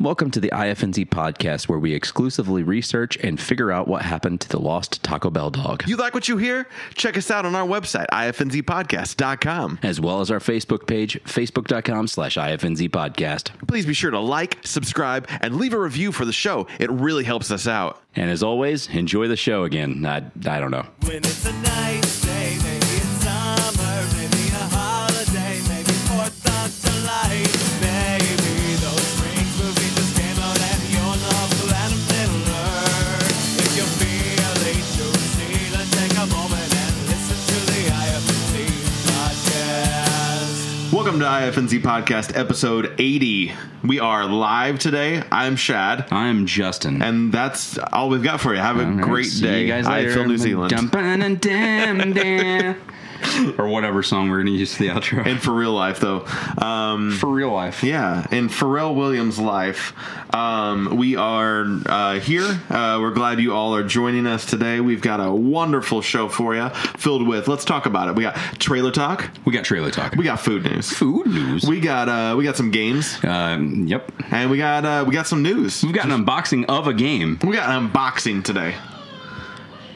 Welcome to the IFNZ podcast, where we exclusively research and figure out what happened to the lost Taco Bell dog, You like what you hear? Check us out on our website, ifnzpodcast.com. as well as our Facebook page, facebook.com slash IFNZ podcast. Please be sure to like, subscribe, and leave a review for the show. It really helps us out. And as always, enjoy the show again. I, I don't know. When it's a nice day, maybe it's summer, maybe a holiday, maybe Fourth of July, maybe those Springs movies just came out and you're not glad they'll learn. If you're feeling juicy, let's take a moment and listen to the IFC podcast. Welcome to IFNZ Podcast, episode 80. We are live today. I'm Shad, I'm Justin. and that's all we've got for you. Have a great See day. You guys later. I feel New Zealand. Dum, ba, dum, dum. or whatever song we're going to use for the outro. And for real life, though. Um, for real life. Yeah, in Pharrell Williams' life, um, we are uh, here. Uh, we're glad you all are joining us today. We've got a wonderful show for you, filled with let's talk about it. We got trailer talk, We got trailer talk. we got food news, food news. we got uh, we got some games, um, yep. and we got uh, we got some news. We've got an unboxing of a game. We got an unboxing today.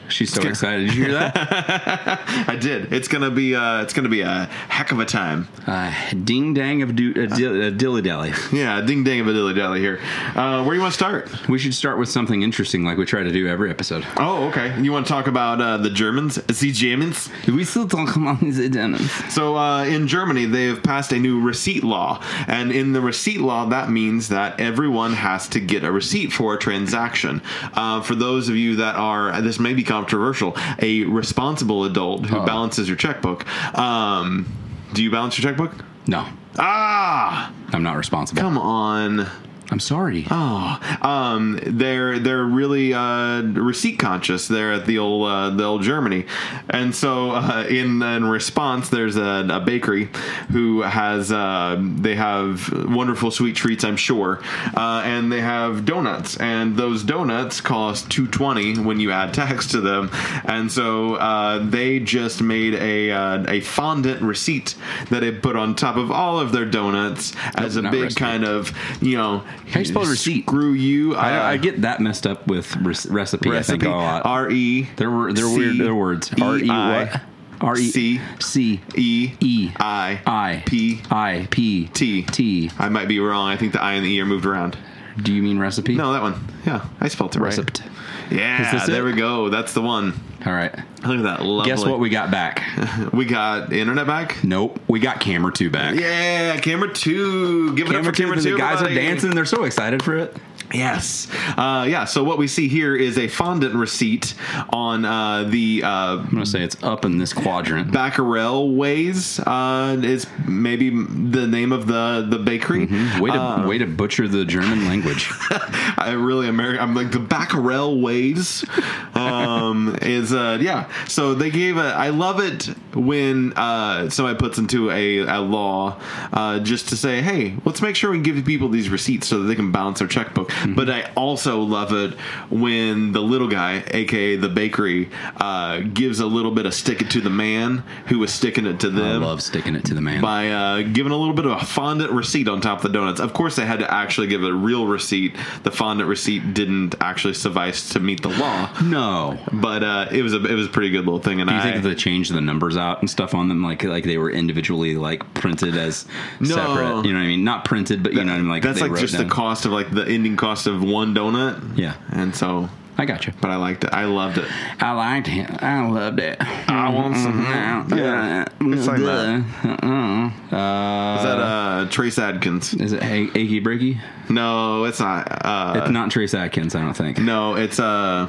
She's so excited. Did you hear that? I did. It's gonna be uh, it's gonna be a heck of a time. uh, ding dang of do- uh, dil- uh, dilly dally. Yeah, ding dang of a dilly dally here. Uh, where do you want to start? We should start with something interesting, like we try to do every episode. Oh, okay. You want to talk about uh, the Germans? The Germans? We still talk about the Dennis. So uh, in Germany, they have passed a new receipt law, and in the receipt law, that means that everyone has to get a receipt for a transaction. Uh, for those of you that are, this may be controversial, a responsible adult who balances your checkbook. Um, do you balance your checkbook? No, Ah, I'm not responsible. come on. I'm sorry. Oh, um, they're they're really uh, receipt conscious there at the old uh, the old Germany, and so uh, in in response, there's a, a bakery who has uh, they have wonderful sweet treats, I'm sure, uh, and they have donuts, and those donuts cost two twenty when you add tax to them, and so uh, they just made a uh, a fondant receipt that they put on top of all of their donuts as a not big receipt. kind of you know How you spell receipt? Screw you. Uh, I, I get that messed up with re- recipe. I think recipe. a lot. R E. they're were they're C- weird. They're words. R E I- what? R E C- C E E I I P I P T T. I might be wrong. I think the I and the E are moved around. Do you mean recipe? No, that one. Yeah, I spelled it right. Recipe. Is Yeah, this it? there we go. That's the one. All right. Look at that. Lovely. Guess what we got back? we got? Internet back. nope. We got camera two back. Yeah, camera two. Give it up Camera for two. camera The two. guys are everybody. dancing. They're so excited for it. Yes. Uh, yeah. So what we see here is a fondant receipt on uh, the uh, I'm gonna say it's up in this quadrant. Baccarel Ways uh, is maybe the name of the the bakery. Way to uh, way to butcher the German language. I really American. I'm like the Baccarel Ways um, is uh, yeah. So they gave a. I love it when uh, somebody puts into a, a law uh, just to say, hey, let's make sure we give people these receipts so that they can balance their checkbook. Mm-hmm. But I also love it when the little guy, aka the bakery, uh, gives a little bit of stick it to the man who was sticking it to I them love sticking it to the man. um, by uh, giving a little bit of a fondant receipt on top of the donuts. Of course, they had to actually give a real receipt. The fondant receipt didn't actually suffice to meet the law, No. but uh, it was a it was a pretty good little thing. And Do you I think they changed the numbers out and stuff on them, like like they were individually like printed as No. separate? You know what I mean? Not printed, but you know what I mean. Like that's they like wrote just down- the cost of like the ending cost of one donut. Yeah. and so. I got you. But I liked it. I loved it. I liked it. I loved it. Mm-hmm. I want some. Yeah, it's like that. Uh, Is that uh, Trace Adkins? is it a- achy breaky? No, it's not. Uh, It's not Trace Atkins, I don't think. no, it's uh,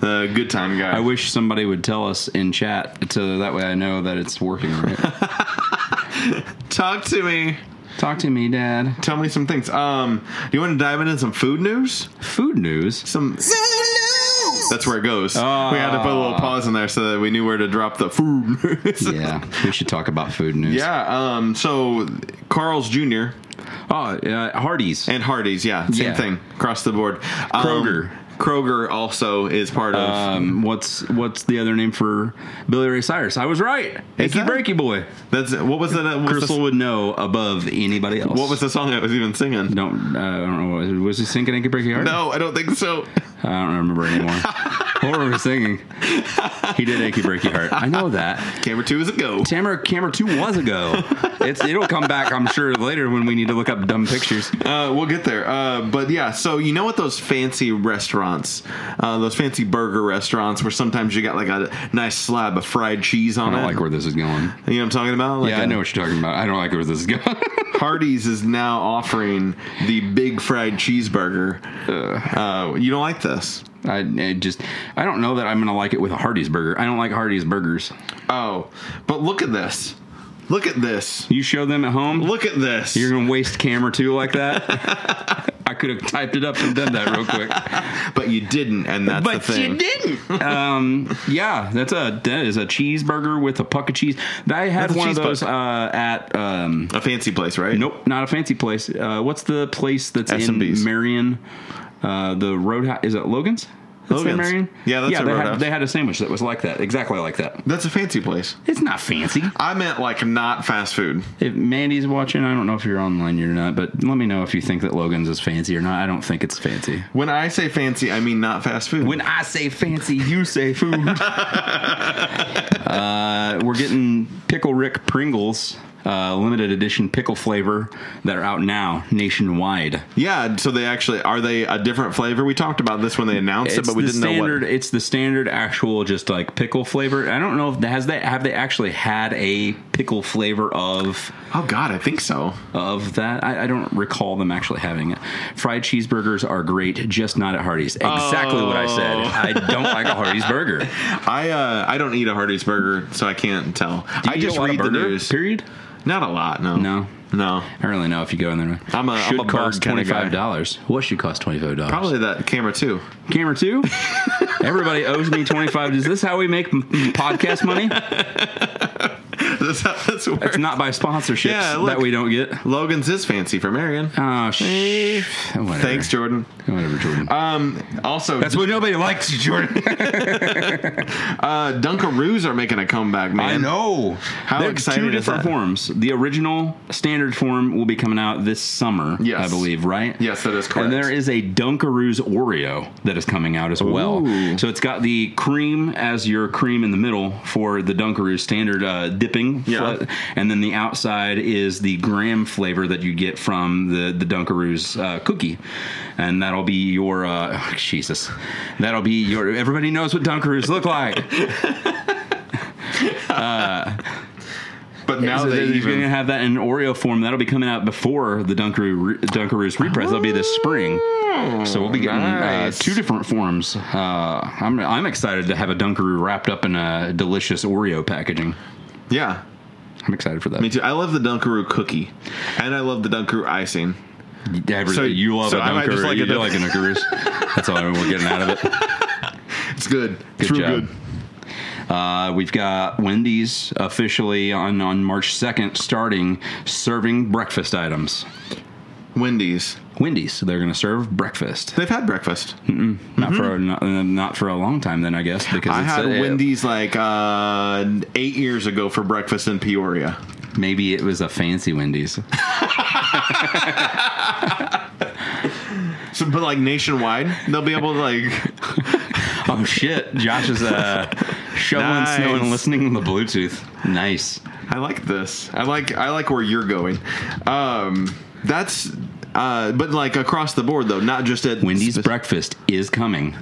the Good Time guy. I wish somebody would tell us in chat so that way I know that it's working right. Talk to me. Talk to me, Dad. Tell me some things. Um, do you want to dive into some food news? Food news. Some That's where it goes. Ah. we had to put a little pause in there so that we knew where to drop the food. Yeah, we should talk about food news. Yeah. Um. So, Carl's Jr. Oh, uh, Hardee's. and Hardee's. Yeah. Same Yeah. thing across the board. Um, Kroger. Kroger also is part of. Um, what's what's the other name for Billy Ray Cyrus? I was right. Achy that- Breaky Boy. that's what was that? What was, Crystal the, would know above anybody else. what was the song I was even singing? Don't uh, I don't know. Was- Was he singing Achy Breaky Heart? No, I don't think so. I don't remember anymore. what were we singing? He did Achy Breaky Heart. I know that. Camera two is a go. Tamara Camera Two was ago. It's it'll come back, I'm sure, later when we need to look up dumb pictures. Uh, we'll get there. Uh, but yeah, so you know what those fancy restaurants, uh, those fancy burger restaurants, where sometimes you got like a nice slab of fried cheese on I it. don't like where this is going. you know what I'm talking about? Like yeah, I a- know what you're talking about. I don't like where this is going. Hardee's is now offering the big fried cheeseburger. Uh, you don't like this? I, I just I don't know that I'm gonna like it with a Hardee's burger. I don't like Hardee's burgers. Oh, but look at this. Look at this. You show them at home. Look at this. You're gonna waste camera two like that. I could have typed it up and done that real quick, but you didn't, and that's but the thing. you didn't. Um, yeah, that's a that is a cheeseburger with a puck of cheese. I had That's a one of cheese those uh, at um, A fancy place, right? nope, not a fancy place. Uh, what's the place that's S&B's. in Marion? Uh, the Roadhouse is it Logan's? That's in Logan's. Marion. Yeah, that's a they Roadhouse. had, they had a sandwich that was like that, exactly like that. That's a fancy place. It's not fancy. I meant like not fast food. If Mandy's watching, I don't know if you're online or not, but let me know if you think that Logan's is fancy or not. I don't think it's fancy. When I say fancy, I mean not fast food. When I say fancy, you say food. uh, we're getting Pickle Rick Pringles, uh, limited edition pickle flavor that are out now nationwide. yeah, so they actually are they a different flavor? We talked about this when they announced it, but we the didn't standard. know It's the standard actual just like pickle flavor. I don't know if has they have they actually had a pickle flavor of what. Oh God, I think so. of that. I, I don't recall them actually having it. Fried cheeseburgers are great, just not at Hardee's. Exactly what I said. Oh. I don't like a Hardee's burger. Do I uh, I don't eat a Hardee's burger, so I can't tell. I you eat just a lot of read the burger, news. Period. Not a lot, no. No. No. I don't really know if you go in there. I'm a- I'm should a bird cost kinda twenty guy. five dollars. What should cost twenty five dollars? Probably that camera too. camera two. Everybody owes me twenty five. Is this how we make m- m- podcast money? That's how this works. It's not by sponsorships Yeah, look. that we don't get. Logan's is fancy for Marion. Oh, sh- whatever. Eh. Thanks, Jordan. Whatever, Jordan. Um, also, That's what nobody likes, Jordan. uh, Dunkaroos are making a comeback, man. I know. How They're excited two is different that? forms. The original standard form will be coming out this summer, Yes. I believe, right? Yes, that is correct. And there is a Dunkaroo's Oreo that is coming out as well. Ooh. So it's got the cream as your cream in the middle for the Dunkaroo standard uh, dipping. Yeah. fla- And then the outside is the graham flavor that you get from the, the Dunkaroo's uh, cookie. And that'll be your, uh, Jesus, that'll be your, everybody knows what Dunkaroos look like. But now so they they are going to even have that in Oreo form. That'll be coming out before the Dunkaroo re- Dunkaroos repress. That'll be this spring. So we'll be getting Oh, nice. uh, two different forms. Uh, I'm I'm excited to have a Dunkaroo wrapped up in a delicious Oreo packaging. yeah. I'm excited for that. Me too. I love the Dunkaroo cookie, and I love the Dunkaroo icing. Every- So- you love so a I might Dunkaroo. just like you a do Dunk- like a Dunkaroos. That's all we're getting out of it. It's good. it's Good real job. good. Uh, we've got Wendy's officially on, on March 2nd starting serving breakfast items. Wendy's. Wendy's, they're going to serve breakfast. They've had breakfast. Not for not, uh, not for a long time then I guess because Mm-hmm. I it's had uh, Wendy's like uh, eight years ago for breakfast in Peoria. Maybe it was a fancy Wendy's. So, but like nationwide, they'll be able to like. oh shit! Josh is uh, shoveling snow Nice. and listening to the Bluetooth. Nice. I like this. I like I like where you're going. Um, that's. Uh, but like across the board though, not just at Wendy's spec- breakfast is coming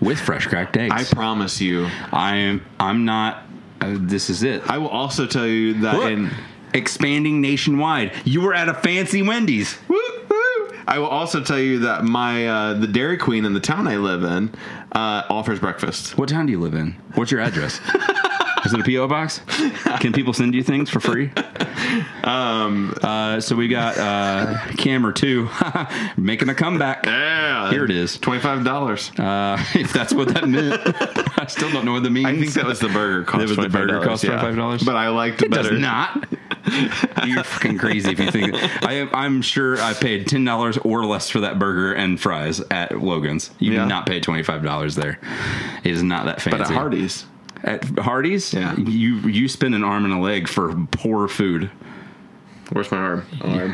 with fresh cracked I eggs. promise you. I am. I'm not. Uh, this is it. I will also tell you that Look, in expanding nationwide. You were at a fancy Wendy's. Woo, woo. I will also tell you that my uh, the Dairy Queen in the town I live in uh, offers breakfast. What town do you live in? What's your address? Is it a PO box? Can people send you things for free? Um. Uh, so we got uh, camera two making a comeback. Yeah, Here it is. twenty five dollars. Uh, if that's what that meant, I still don't know what that means. I think that was the burger cost. That was the burger $25, cost yeah. $25? But I liked it It does better. not. You're fucking crazy if you think. I am, I'm sure I paid ten dollars or less for that burger and fries at Logan's. You Yeah. did not pay twenty five dollars there. It is not that fancy. But at Hardee's, At Hardee's, Yeah. You you spend an arm and a leg for poor food. where's my arm? Arm.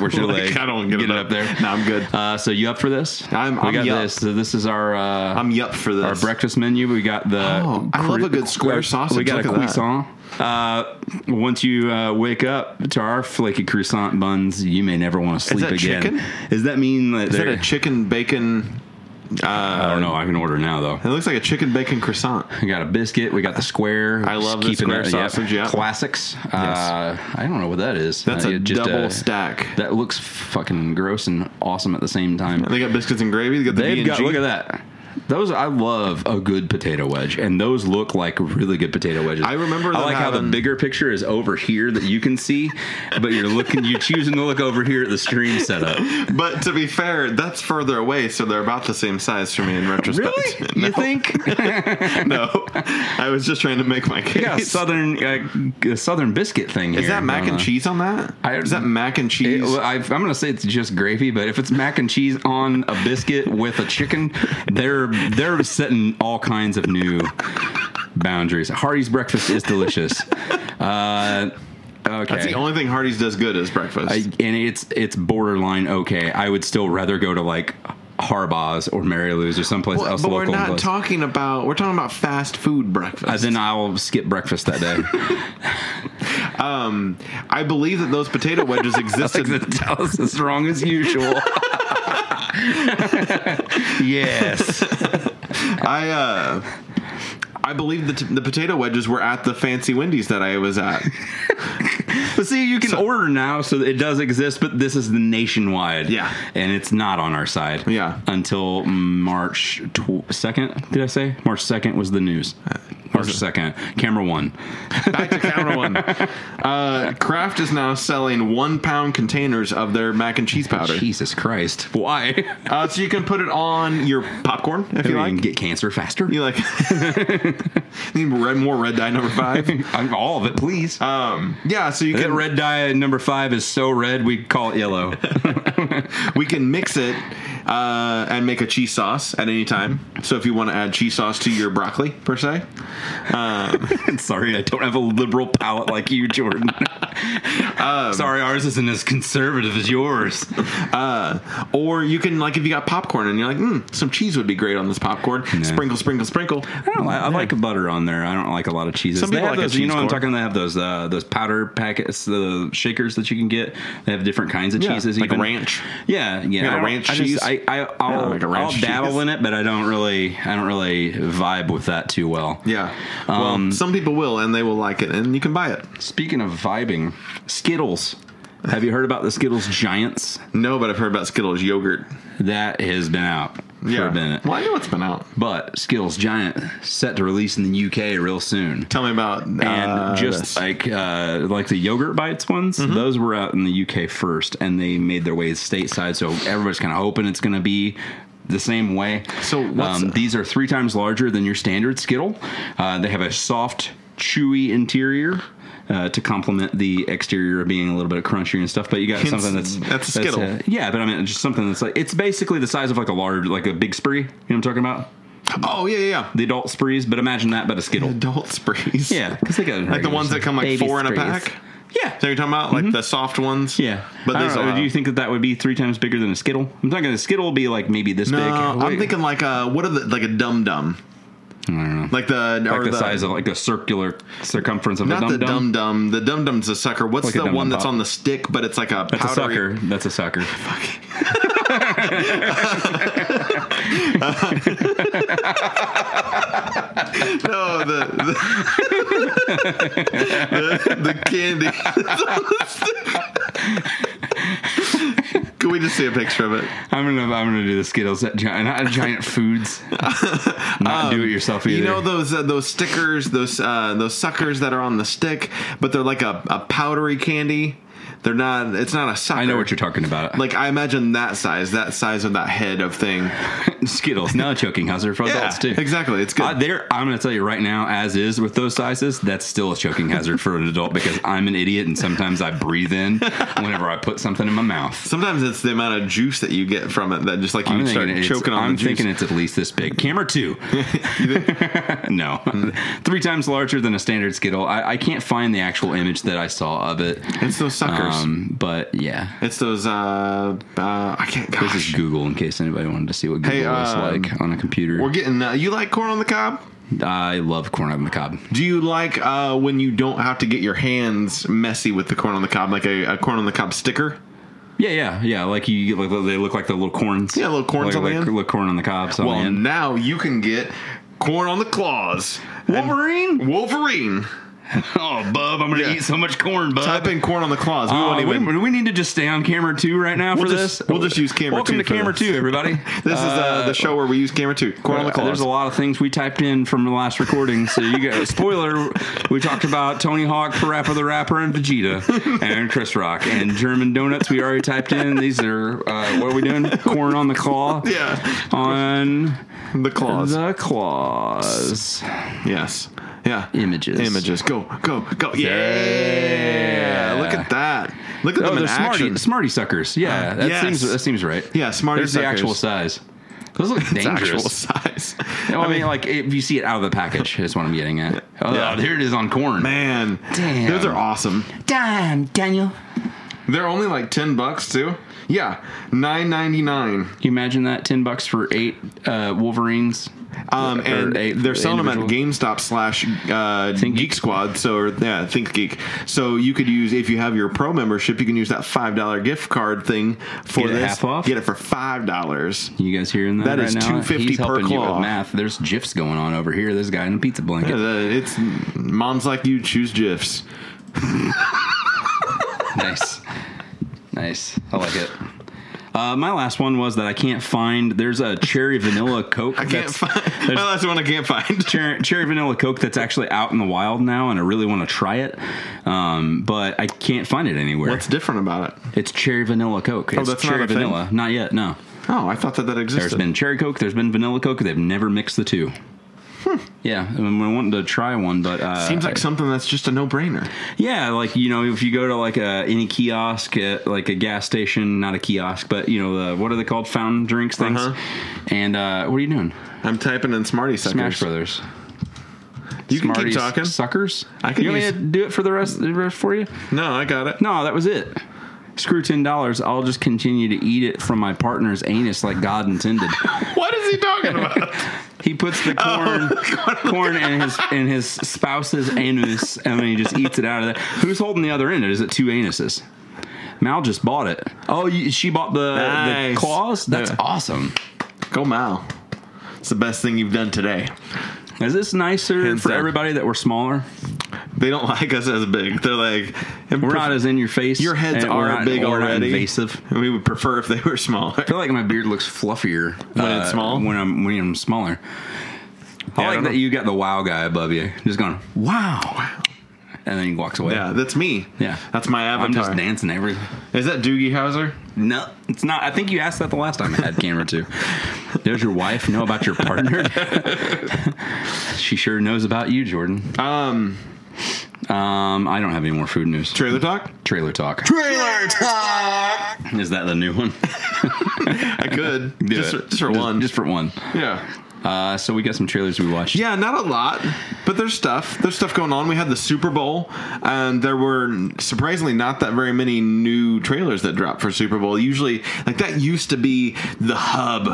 Where's your Like, leg? I don't get it up. there. No, I'm good. Uh, so you up for this? I'm- We I'm got yup. this. So this is our. Uh, I'm yup for this. our breakfast menu. We got the. Oh, I love a good square sausage. We got Look a at that. croissant. Uh, once you uh, wake up to our flaky croissant buns, you may never want to sleep that again. chicken? Does that mean that? Is that they're- a chicken bacon? I don't know. I can order now though. It looks like a chicken bacon croissant. We got a biscuit. We got the square. I love Just the square sausage, yeah. Classics. Uh, I don't know what that is. That's Uh, a it just, double uh, stack. That looks fucking gross and awesome at the same time. they got biscuits and gravy. They got the They've B&G. got look at that. Those I love a good potato wedge, and those look like really good potato wedges. I remember I them like how the having- bigger picture is over here that you can see, but you're looking, you're choosing to look over here at the stream setup. But to be fair, that's further away, so they're about the same size for me in retrospect. You think? no, I was just trying to make my case. yeah, southern uh, a southern biscuit thing. Is here. uh, that mac I don't and know. cheese on that? I- Is that mac and It- cheese? well, I, I'm gonna say it's just gravy, but if it's mac and cheese on a biscuit with a chicken, they're they're setting all kinds of new boundaries. Hardy's breakfast is delicious. Uh, okay, that's the only thing Hardee's does good is breakfast. I- and it's it's borderline okay. I would still rather go to like Harbaugh's or Mary Lou's or someplace Well, else but we're local. not place. talking about we're talking about fast food breakfast. Uh, then I'll skip breakfast that day. um, I believe that those potato wedges existed. Tell us as wrong as usual. yes. I uh, I believe that the potato wedges were at the fancy Wendy's that I was at. But see, you can order now, so it does exist. But this is the nationwide, Yeah. and it's not on our side, Yeah. until March second. did I say March second was the news? Uh, March second, camera one. Back to counter one. Uh, Kraft is now selling one pound containers of their mac and cheese powder. Jesus Christ, why? Uh, so you can put it on your popcorn if Maybe you you like. can get cancer faster. you like need red, more red dye number five. I'm- All of it, please. Um, yeah, so you that can red dye number five is so red we call it yellow. we can mix it uh, and make a cheese sauce at any time. So if you want to add cheese sauce to your broccoli per se, Sorry, I don't have a liberal palate like you, Jordan. Um, Sorry, ours isn't as conservative as yours. uh, or you can like if you got popcorn and you're like, mm, some cheese would be great on this popcorn. Sprinkle, sprinkle, sprinkle. I don't. li- I like butter on there. I don't like a lot of cheeses. Oh, Some they people have like a those, you know cheese what I'm core. talking. They have those uh, those powder packets, the shakers that you can get. They have different kinds of Yeah, cheeses, like even. ranch. Yeah, yeah. got a I don't- ranch I just- cheese? I, I, I'll, like a ranch I'll dabble cheese. in it, but I don't really, I don't really vibe with that too well. Yeah. Well, Um, some people will and they will like it and you can buy it. Speaking of vibing, Skittles. Have you heard about the Skittles Giants? No, but I've heard about Skittles yogurt. That has been out for a minute. Well, I know it's been out. But Skittles Giant set to release in the UK real soon. Tell me about and uh, Mm-hmm. just this. like uh, like the yogurt bites ones, those were out in the UK first, and they made their way stateside. So everybody's kind of hoping it's going to be the same way. Um, So what's- these are three times larger than your standard Skittle. Uh, they have a soft, chewy interior. Uh, to complement the exterior being a little bit crunchy and stuff, but you got Hence, something that's that's a Skittle. uh, yeah, but I mean just something that's like it's basically the size of like a large, like a big spree. You know what I'm talking about? oh yeah, yeah, yeah. The adult sprees, but imagine that, but a Skittle. Adult sprees. Yeah, because they got Like the ones that come like Baby four in a sprays. pack. Yeah. So you're talking about like the soft ones. Mm-hmm. yeah, But but there's uh, do you think that that would be three times bigger than a Skittle? I'm thinking a Skittle will be like maybe this No, big. I'm Wait. thinking like uh, what are the like a dum dum, I don't know. like the like or the, size of like a circular circumference of not a the dum dum dum. The dum dum's a sucker. What's Like a the Dum one Dum that's Pop. on the stick, but it's like a That's a powdery? sucker. That's a sucker. No, the the, the, the candy. that's on the stick. Can we just see a picture of it? I'm gonna I'm gonna do the Skittles at giant not giant foods. Not do it yourself either. Um, You know those uh, those stickers, those uh, those suckers that are on the stick, but they're like a, a powdery candy. They're not. It's not a sucker. I know what you're talking about. Like I imagine that size, that size of that head of thing. Skittles. Now choking hazard for adults too. exactly. It's good. Uh, there, I'm going to tell you right now, as is with those sizes, that's still a choking hazard for an adult because I'm an idiot and sometimes I breathe in whenever I put something in my mouth. Sometimes it's the amount of juice that you get from it that just like you I'm, start thinking it's, choking on I'm the juice. thinking it's at least this big. Camera two. no, three times larger than a standard Skittle. I, I can't find the actual image that I saw of it. It's those suckers. Um, but yeah, it's those. Uh, uh, I can't. Gosh. this is Google in case anybody wanted to see what Google Hey, looks um, like on a computer. We're getting. Uh, you like corn on the cob? I love corn on the cob. Do you like uh, when you don't have to get your hands messy with the corn on the cob, like a, a corn on the cob sticker? Yeah, yeah, yeah. Like you, you- like they look like the little corns. Yeah, little like, corns on the like, end. Little corn on the cob. So Well, on the end. now you can get corn on the claws. And- Wolverine? Wolverine. Oh, bub, I'm gonna Yeah. eat so much corn, bub. Type in corn on the claws. We Uh, won't we, even. do we need to just stay on camera two right now We'll for just- this? we'll just use camera Welcome two to for camera this. two, everybody. This is uh, Uh, the show where we use camera two. Corn on the claws. There's a lot of things we typed in from the last recording. So you got spoiler. We talked about Tony Hawk, Parappa the Rapper, and Vegeta, and Chris Rock, and German donuts. We already typed in. These are uh, what are we doing? Corn on the claw. Yeah. On The claws. the claws. Yes. Yeah. Images. Images. Go, go, go. Yeah. Yeah. Look at that. Look at Oh, them in they're action. smarty, smarty suckers. Yeah, Uh, that yes. seems that seems right. Yeah, Smarty There's the Suckers. actual size. Those look It's actual dangerous. Oh, size. I mean, like if you see it out of the package, is what I'm getting at. Oh, Yeah. there it is on corn. man. Damn. Those are awesome. Damn, Daniel. They're only like 10 bucks, too. Yeah. 9.99. Can you imagine that? Ten bucks for eight uh, Wolverines. Um, Or and they eight they're selling them at individual. GameStop slash uh, Think Geek Geek. Squad. So or, yeah, Think Geek. So you could use if you have your pro membership, you can use that five dollar gift card thing for Get it this. half off? Get it for five dollars. You guys hearing that? That right is now? $2.50 He's per helping you claw. with math. There's gifs going on over here. This guy in a pizza blanket. It's moms like you choose gifs. nice. Nice. I like it. Uh, my last one was that I can't find. There's a cherry vanilla Coke. I can't that's- find. there's Well, that's the one I can't find. cherry, cherry vanilla Coke that's actually out in the wild now, and I really want to try it, um, but I can't find it anywhere. What's different about it? it's cherry vanilla Coke. it's Oh, that's not cherry a thing? vanilla. Not yet. No. Oh, I thought that that There's existed. been cherry Coke. There's been vanilla Coke. They've never mixed the two. Yeah, I mean, I wanted to try one, but uh, Hmm. Seems like something that's just a no brainer. Yeah, like you know, if you go to like a any kiosk, at, like a gas station, not a kiosk, but you know, the, what are they called? Fountain drinks things. Uh-huh. And uh, what are you doing? I'm typing in Smarty Suckers. Smash Brothers. You can Smarties keep talking. Suckers. I can You want use- me to do it for the rest the rest for you? No, I got it. No, that was it. Screw ten dollars. I'll just continue to eat it from my partner's anus like God intended. What is he talking about? Oh He puts the corn corn in his in his spouse's anus and then he just eats it out of there. Who's holding the other end? Is it two anuses? Mal just bought it. Oh, you, she bought the, Nice. the claws. That's Yeah. awesome. Go Mal. It's the best thing you've done today. Is this nicer Hands for down. everybody that we're smaller? They don't like us as big. They're like, We're not as in your face. your heads and we're are not- big we're not already. invasive. We would prefer if they were smaller. I feel like my beard looks fluffier when it's small? When I'm when I'm smaller. Yeah, I I like don't that know. you got the wow guy above you, just going wow, and then he walks away. Yeah, that's me. Yeah. that's my avatar. I'm just dancing everything. Is that Doogie Howser? No, it's not. I think you asked that the last time I had camera too. Does your wife know about your partner? she sure knows about you, Jordan. Um, Um, I don't have any more food news. trailer talk. Trailer talk. Trailer talk. Is that the new one? I could just, it. for- just for one. Just for one. yeah, Uh, so we got some trailers we watched. yeah, not a lot, but there's stuff. There's stuff going on. We had the Super Bowl, and there were surprisingly not that very many new trailers that dropped for Super Bowl. Usually, like that used to be the hub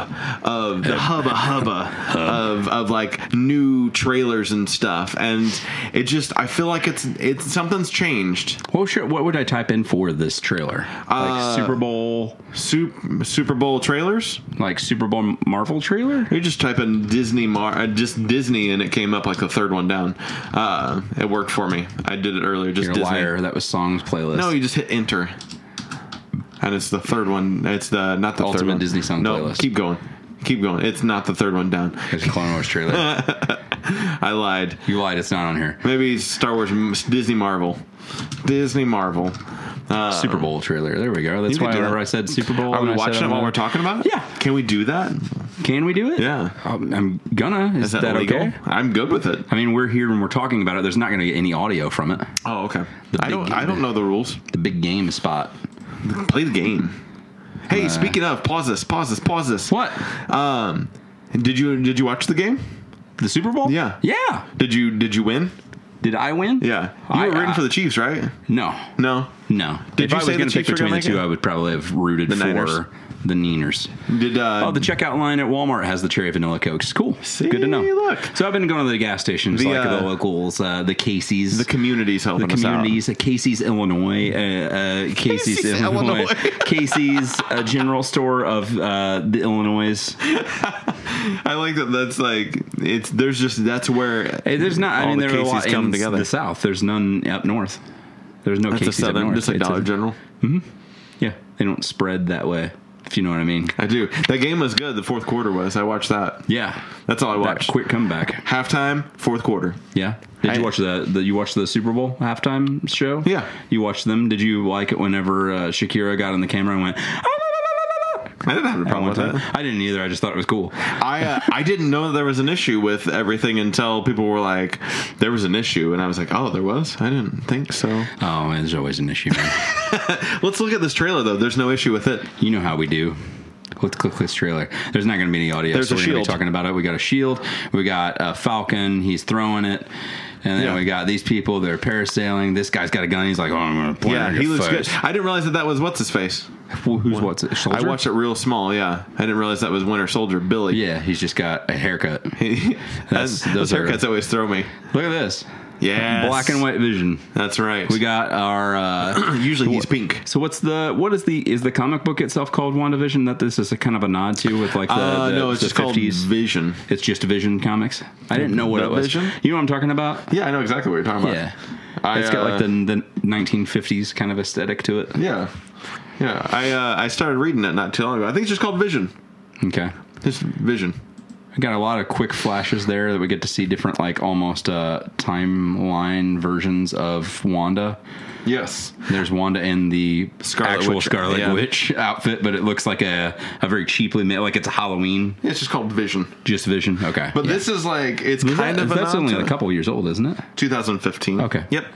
of the hubba hubba of of like new trailers and stuff. And it just, I feel like it's it's something's changed. What, should, what would I type in for this trailer? Like Super Bowl, Super, Super Bowl trailers. like Super Bowl Marvel trailer? You just type in Disney Mar, uh, just Disney, and it came up like the third one down. Uh, it worked for me. I did it earlier. Just You're a Disney. liar. That was songs playlist. No, you just hit enter, and it's the third one. It's the not the third Ultimate one. Disney song No, playlist. keep going, keep going. It's not the third one down. There's a Clone Wars trailer. I lied. you lied. It's not on here. Maybe it's Star Wars, M- Disney Marvel, Disney Marvel. Uh, Super Bowl trailer. There we go. That's You could why do whenever that. I said Super Bowl, Are we and I said watching it I'm while not- we're talking about? it? Yeah. Can we do that? Can we do it? Yeah. I'm, I'm gonna. Is, Is that, that legal? okay? I'm good with it. I mean, we're here and we're talking about it. There's not going to get any audio from it. Oh, okay. The I big don't. game. I don't know the rules. The big game spot. Play the game. Hey, speaking of, pause this. Pause this. Pause this. What? Um, did you did you watch the game? The Super Bowl? Yeah. Yeah. Did you did you win? Did I win? Yeah. You I- uh, were rooting I- for the Chiefs, right? No. No. No. Did if you I was say the gonna pick Chiefs were between gonna the two, make it? I would probably have rooted The for Niners. the Niners. Did uh, Oh, the checkout line at Walmart has the cherry vanilla cokes. Cool. See, Good to know. look. So I've been going to the gas stations, The, like uh, the locals, uh, the Casey's, the communities helping the communities, at Casey's, Illinois, uh, uh, Casey's, Casey's, Illinois, Illinois. Casey's uh, general store of uh, the Illinois. us out. I like that. That's like it's. There's just that's where Hey, there's not. I All mean, the there are a Casey's lot come in together. the South. There's none up north. There's no that's a Casey's up southern. north. That's like It's a- Dollar General. yeah, they don't spread that way. If you know what I mean. I do. That game was good. The fourth quarter was. I watched that. Yeah, That's all I that watched. quick comeback. Halftime, fourth quarter. Yeah. Did I- you watch the, the you watched the Super Bowl halftime show? Yeah. You watched them. Did you like it whenever uh, Shakira got on the camera and went? "Ah, la, la, la, la, la," I didn't have a at problem one with time? that. I didn't either. I just thought it was cool. I uh, I didn't know there was an issue with everything until people were like, there was an issue, and I was like, oh, there was. I didn't think so. Oh, man, there's always an issue. Man. Let's look at this trailer though. There's no issue with it. you know how we do. Let's click this trailer. There's not going to be any audio. There's so a we're gonna shield. be talking about it. We got a shield. We got a falcon. He's throwing it. And then Yeah. we got these people. They're parasailing. This guy's got a gun. He's like, oh, I'm going to point it Yeah, at he your looks face. good. I didn't realize that that was what's his face. Who- Who's what's it? I Soldier? watched it real small. Yeah, I didn't realize that was Winter Soldier Billy. Yeah, he's just got a haircut. That's, That's- those those are- haircuts always throw me. Look at this. Yeah, Black and white vision. That's right. We got our. Uh, usually he's pink. so what's the what is the is the comic book itself called WandaVision? That this is a kind of a nod to with like the, uh, the no, it's the just called 50s? Vision. It's just Vision comics. I didn't know what The it was. Vision? You know what I'm talking about? Yeah, I know exactly what you're talking about. Yeah. I, it's got uh, like the, the 1950s kind of aesthetic to it. Yeah, yeah. I uh, I started reading it not too long ago. I think it's just called Vision. Okay. Just Vision. I got a lot of quick flashes there that we get to see different like almost uh timeline versions of Wanda. Yes. There's Wanda in the Scarlet actual Witch, Scarlet yeah. Witch outfit, but it looks like a, a very cheaply made, like it's a Halloween It's just called Vision. just vision. Okay, But Yeah. this is like it's Is that- kind of a that's only nod a to- couple years old, isn't it? 2015. Okay. Yep.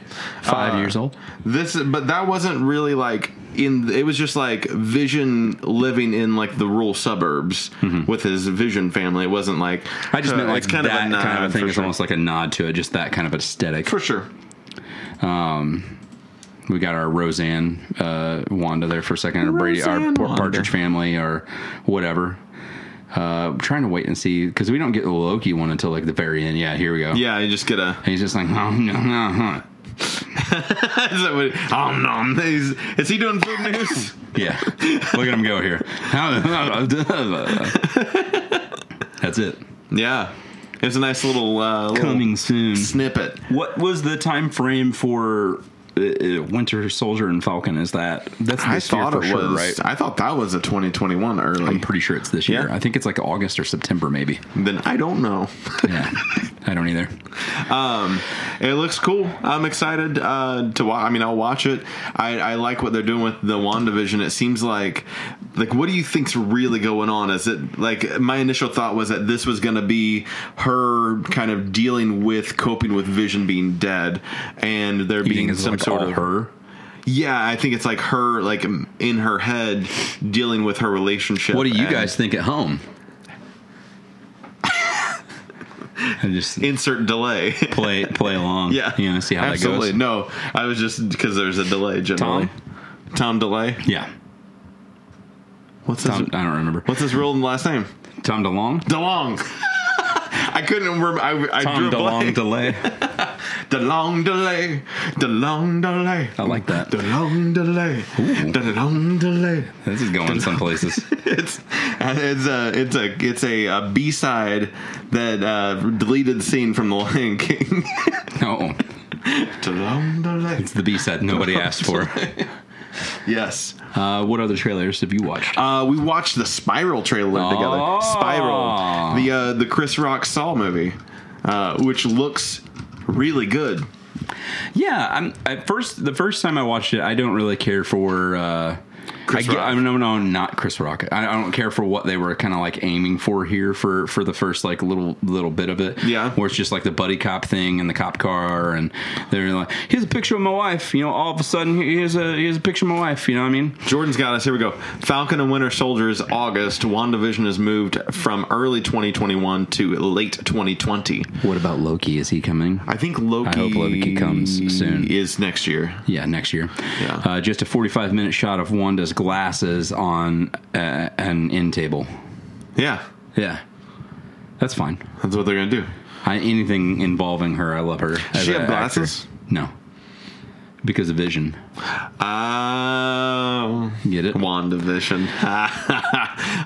Five Uh, years old. This, but that wasn't really like in. It was just like Vision living in like the rural suburbs with his Vision family. It wasn't like Mm-hmm. I just uh, meant like it's kind that of a kind of a thing. thing. It's almost like a nod to it, just that kind of aesthetic. for sure. we got our Roseanne, uh, Wanda there for a second, or Brady, our Roseanne Par- Wanda. Partridge Family, or whatever. Uh, I'm trying to wait and see because we don't get the Loki one until like the very end. Yeah, here we go. Yeah, you just get a. And he's just like, oh, no, no, huh. is that what, oh no! Is, is he doing food news? yeah. Look at him go here. That's it. yeah, it's a nice little, uh, little Coming soon. snippet. What was the time frame for uh, uh, Winter Soldier and Falcon? Is that that's this I year thought for it sure, was. right? I thought that was a 2021 early. I'm pretty sure it's this year. Yeah. I think it's like August or September, maybe. then I don't know. Yeah, I don't either. Um, it looks cool. I'm excited uh, to watch. I mean, I'll watch it. I, I like what they're doing with the Wandavision. It seems like, like, what do you think's really going on? Is it like my initial thought was that this was going to be her kind of dealing with coping with Vision being dead, and there You being think it's some like sort all of her? Yeah, I think it's like her, like in her head, dealing with her relationship. What do you and- guys think at home? I just Insert delay. play play along. yeah, you know, see how absolutely. that goes. No, I was just because there's a delay generally. Tom delay. Yeah, What's Tom, his I don't remember. What's his real last name? Tom DeLong. DeLong. I couldn't remember. I, I Tom drew a DeLong blank. delay. DeLong delay. DeLong delay. I like that. DeLong delay. DeLong delay. This is going some places. It's it's a it's a it's a, a B side that uh, deleted scene from The Lion King. No, DeLong delay. the B side nobody asked for. Yes. Uh, what other trailers have you watched? Uh, we watched the Spiral trailer together. Oh. Ah. Spiral, the uh, the Chris Rock Saw movie, uh, which looks really good. Yeah, I'm, at first the first time I watched it, I don't really care for uh, Chris I, get- Rock. I- no, no, not Chris Rock. I, I don't care for what they were kind of like aiming for here for for the first like little little bit of it. Yeah. where it's just like the buddy cop thing and the cop car, and they're like, "Here's a picture of my wife." You know, all of a sudden, here's a here's a picture of my wife. You know what I mean? Jordan's got us. Here we go. Falcon and Winter Soldier is August. WandaVision is moved from early 2021 to late 2020. What about Loki? Is he coming? I think Loki. hope Loki comes soon. Is next year. Yeah, next year. Yeah. Uh, just a 45 minute shot of Wanda's glasses on uh, an end table. Yeah, Yeah. That's fine. that's what they're gonna do. I, anything involving her, I love her. Does she have glasses? No. Because of vision. Oh, Get it? WandaVision.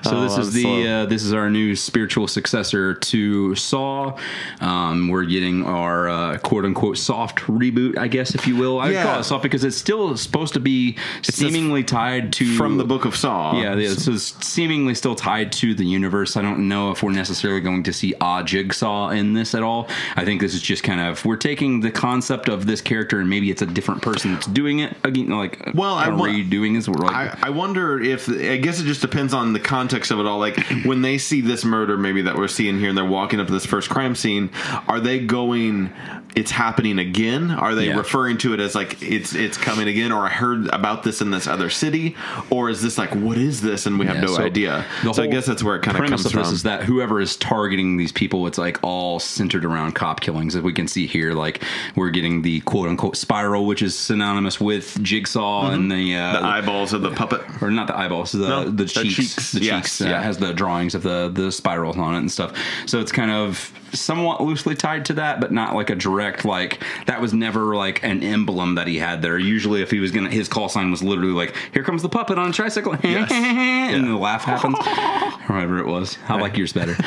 So Oh, this I'm is the slow. uh, this is our new spiritual successor to Saw. Um, we're getting our uh, quote unquote soft reboot, I guess, if you will. I would Yeah. call it soft because it's still supposed to be seemingly tied to from the Book of Saw. Yeah, yeah, so it's seemingly still tied to the universe. I don't know if we're necessarily going to see a jigsaw in this at all. I think this is just kind of we're taking the concept of this character and maybe it's a different person that's doing it again. Like, Well, I kinda wa- redoing this. We're like, I, I wonder if I guess it just depends on the context of it all. Like when they see this murder, maybe that we're seeing here, and they're walking up to this first crime scene, are they going? It's happening again. Are they Yeah. referring to it as like it's it's coming again, or I heard about this in this other city, or is this like what is this? And we have Yeah, no so idea. the So I whole guess that's where it kind of premise comes of from. this is that whoever is targeting these people, it's like all centered around cop killings. As we can see here, like we're getting the quote unquote spiral, which is synonymous with jigsaw and the uh, the eyeballs of the puppet. or not the eyeballs, the No, the the cheeks, cheeks, the yes, cheeks. Yeah, yeah. it has the drawings of the the spirals on it and stuff. So it's kind of somewhat loosely tied to that, but not like a direct like that was never like an emblem that he had there. Usually, if he was gonna, his call sign was literally like, "Here comes the puppet on a tricycle," Yes. and the laugh happens. However, it was. I like yours better.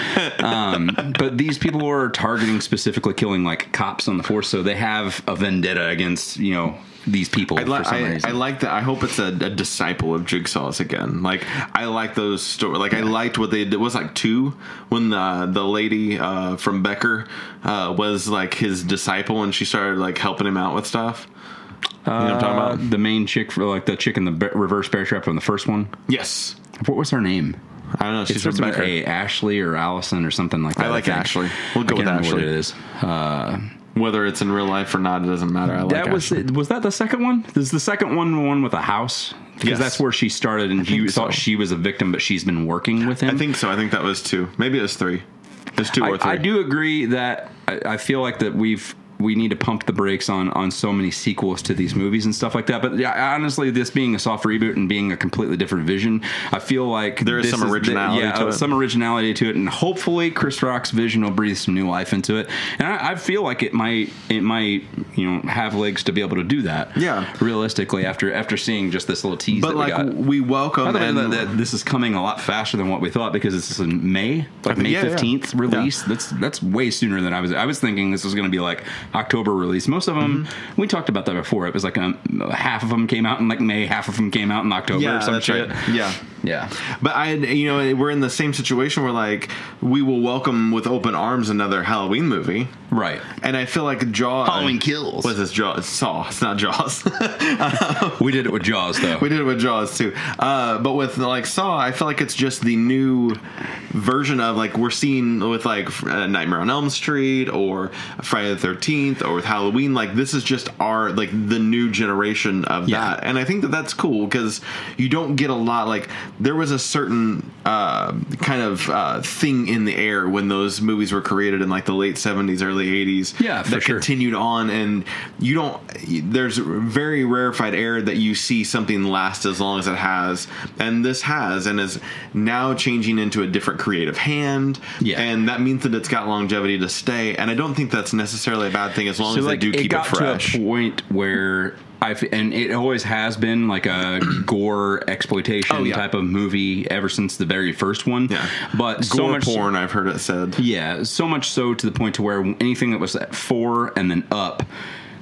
Um, but these people were targeting specifically killing like cops on the force, so they have a vendetta against you know these people I, li- for some I, reason. I like that. I hope it's a, a disciple of Jigsaw's again. Like I like those stories. Like I liked what they did. It was like two when the the lady uh, from Becker uh, was like his disciple, and she started like helping him out with stuff. You know what I'm Uh, talking about? the main chick for like the chick in the be- reverse bear trap from the first one. Yes. What was her name? I don't know. It She's from starts with Becker. a Ashley or Allison or something like that. I like think. Ashley. We'll go I can't remember with What Ashley. it is. Uh, Whether it's in real life or not, it doesn't matter. I like that was Ashley. it. was that the second one? Is the second one the one with a house? Because Yes. that's where she started, and he think thought so. she was a victim, but she's been working with him. I think so. I think that was two. Maybe it was three. It's two I, or three. I do agree that I, I feel like that we've we need to pump the brakes on on so many sequels to these movies and stuff like that. But yeah, honestly, this being a soft reboot and being a completely different vision, I feel like There this is some the- originality yeah, to uh, it. some originality to it, and hopefully Chris Rock's vision will breathe some new life into it. And I, I feel like it might it might you know have legs to be able to do that. Yeah. realistically, after after seeing just this little tease but that like we got. we welcome By the way, and that, that this is coming a lot faster than what we thought because this is in May, like think- May yeah, yeah. fifteenth release. That's that's way sooner than I was. I was thinking this was going to be like October release. Most of them, we talked about that before. It was like um, half of them came out in like May, half of them came out in October yeah, or some that's shit. right. Yeah. Yeah, But I, you know, we're in the same situation where like we will welcome with open arms another Halloween movie, right. and I feel like Jaws. Halloween Kills. What's this Jaws? Saw. It's not Jaws. We did it with Jaws though. we did it with Jaws too. Uh, but with like Saw, I feel like it's just the new version of like we're seeing with like uh, Nightmare on Elm Street or Friday the Thirteenth or with Halloween. Like this is just our like the new generation of Yeah. that, and I think that that's cool because you don't get a lot. Like there was a certain uh, kind of uh, thing in the air when those movies were created in like the late seventies, early eighties. Yeah, for that sure. continued on, and you don't. There's very rarefied air that you see something last as long as it has, and this has, and is now changing into a different creative hand. Yeah. and that means that it's got longevity to stay, and I don't think that's necessarily a bad thing as long as they do keep it, fresh. to a point where I have and it always has been like a gore exploitation Oh, yeah. type of movie ever since the very first one. Yeah. but so Gore much porn, I've heard it said. Yeah, so much so to the point to where anything that was at four and then up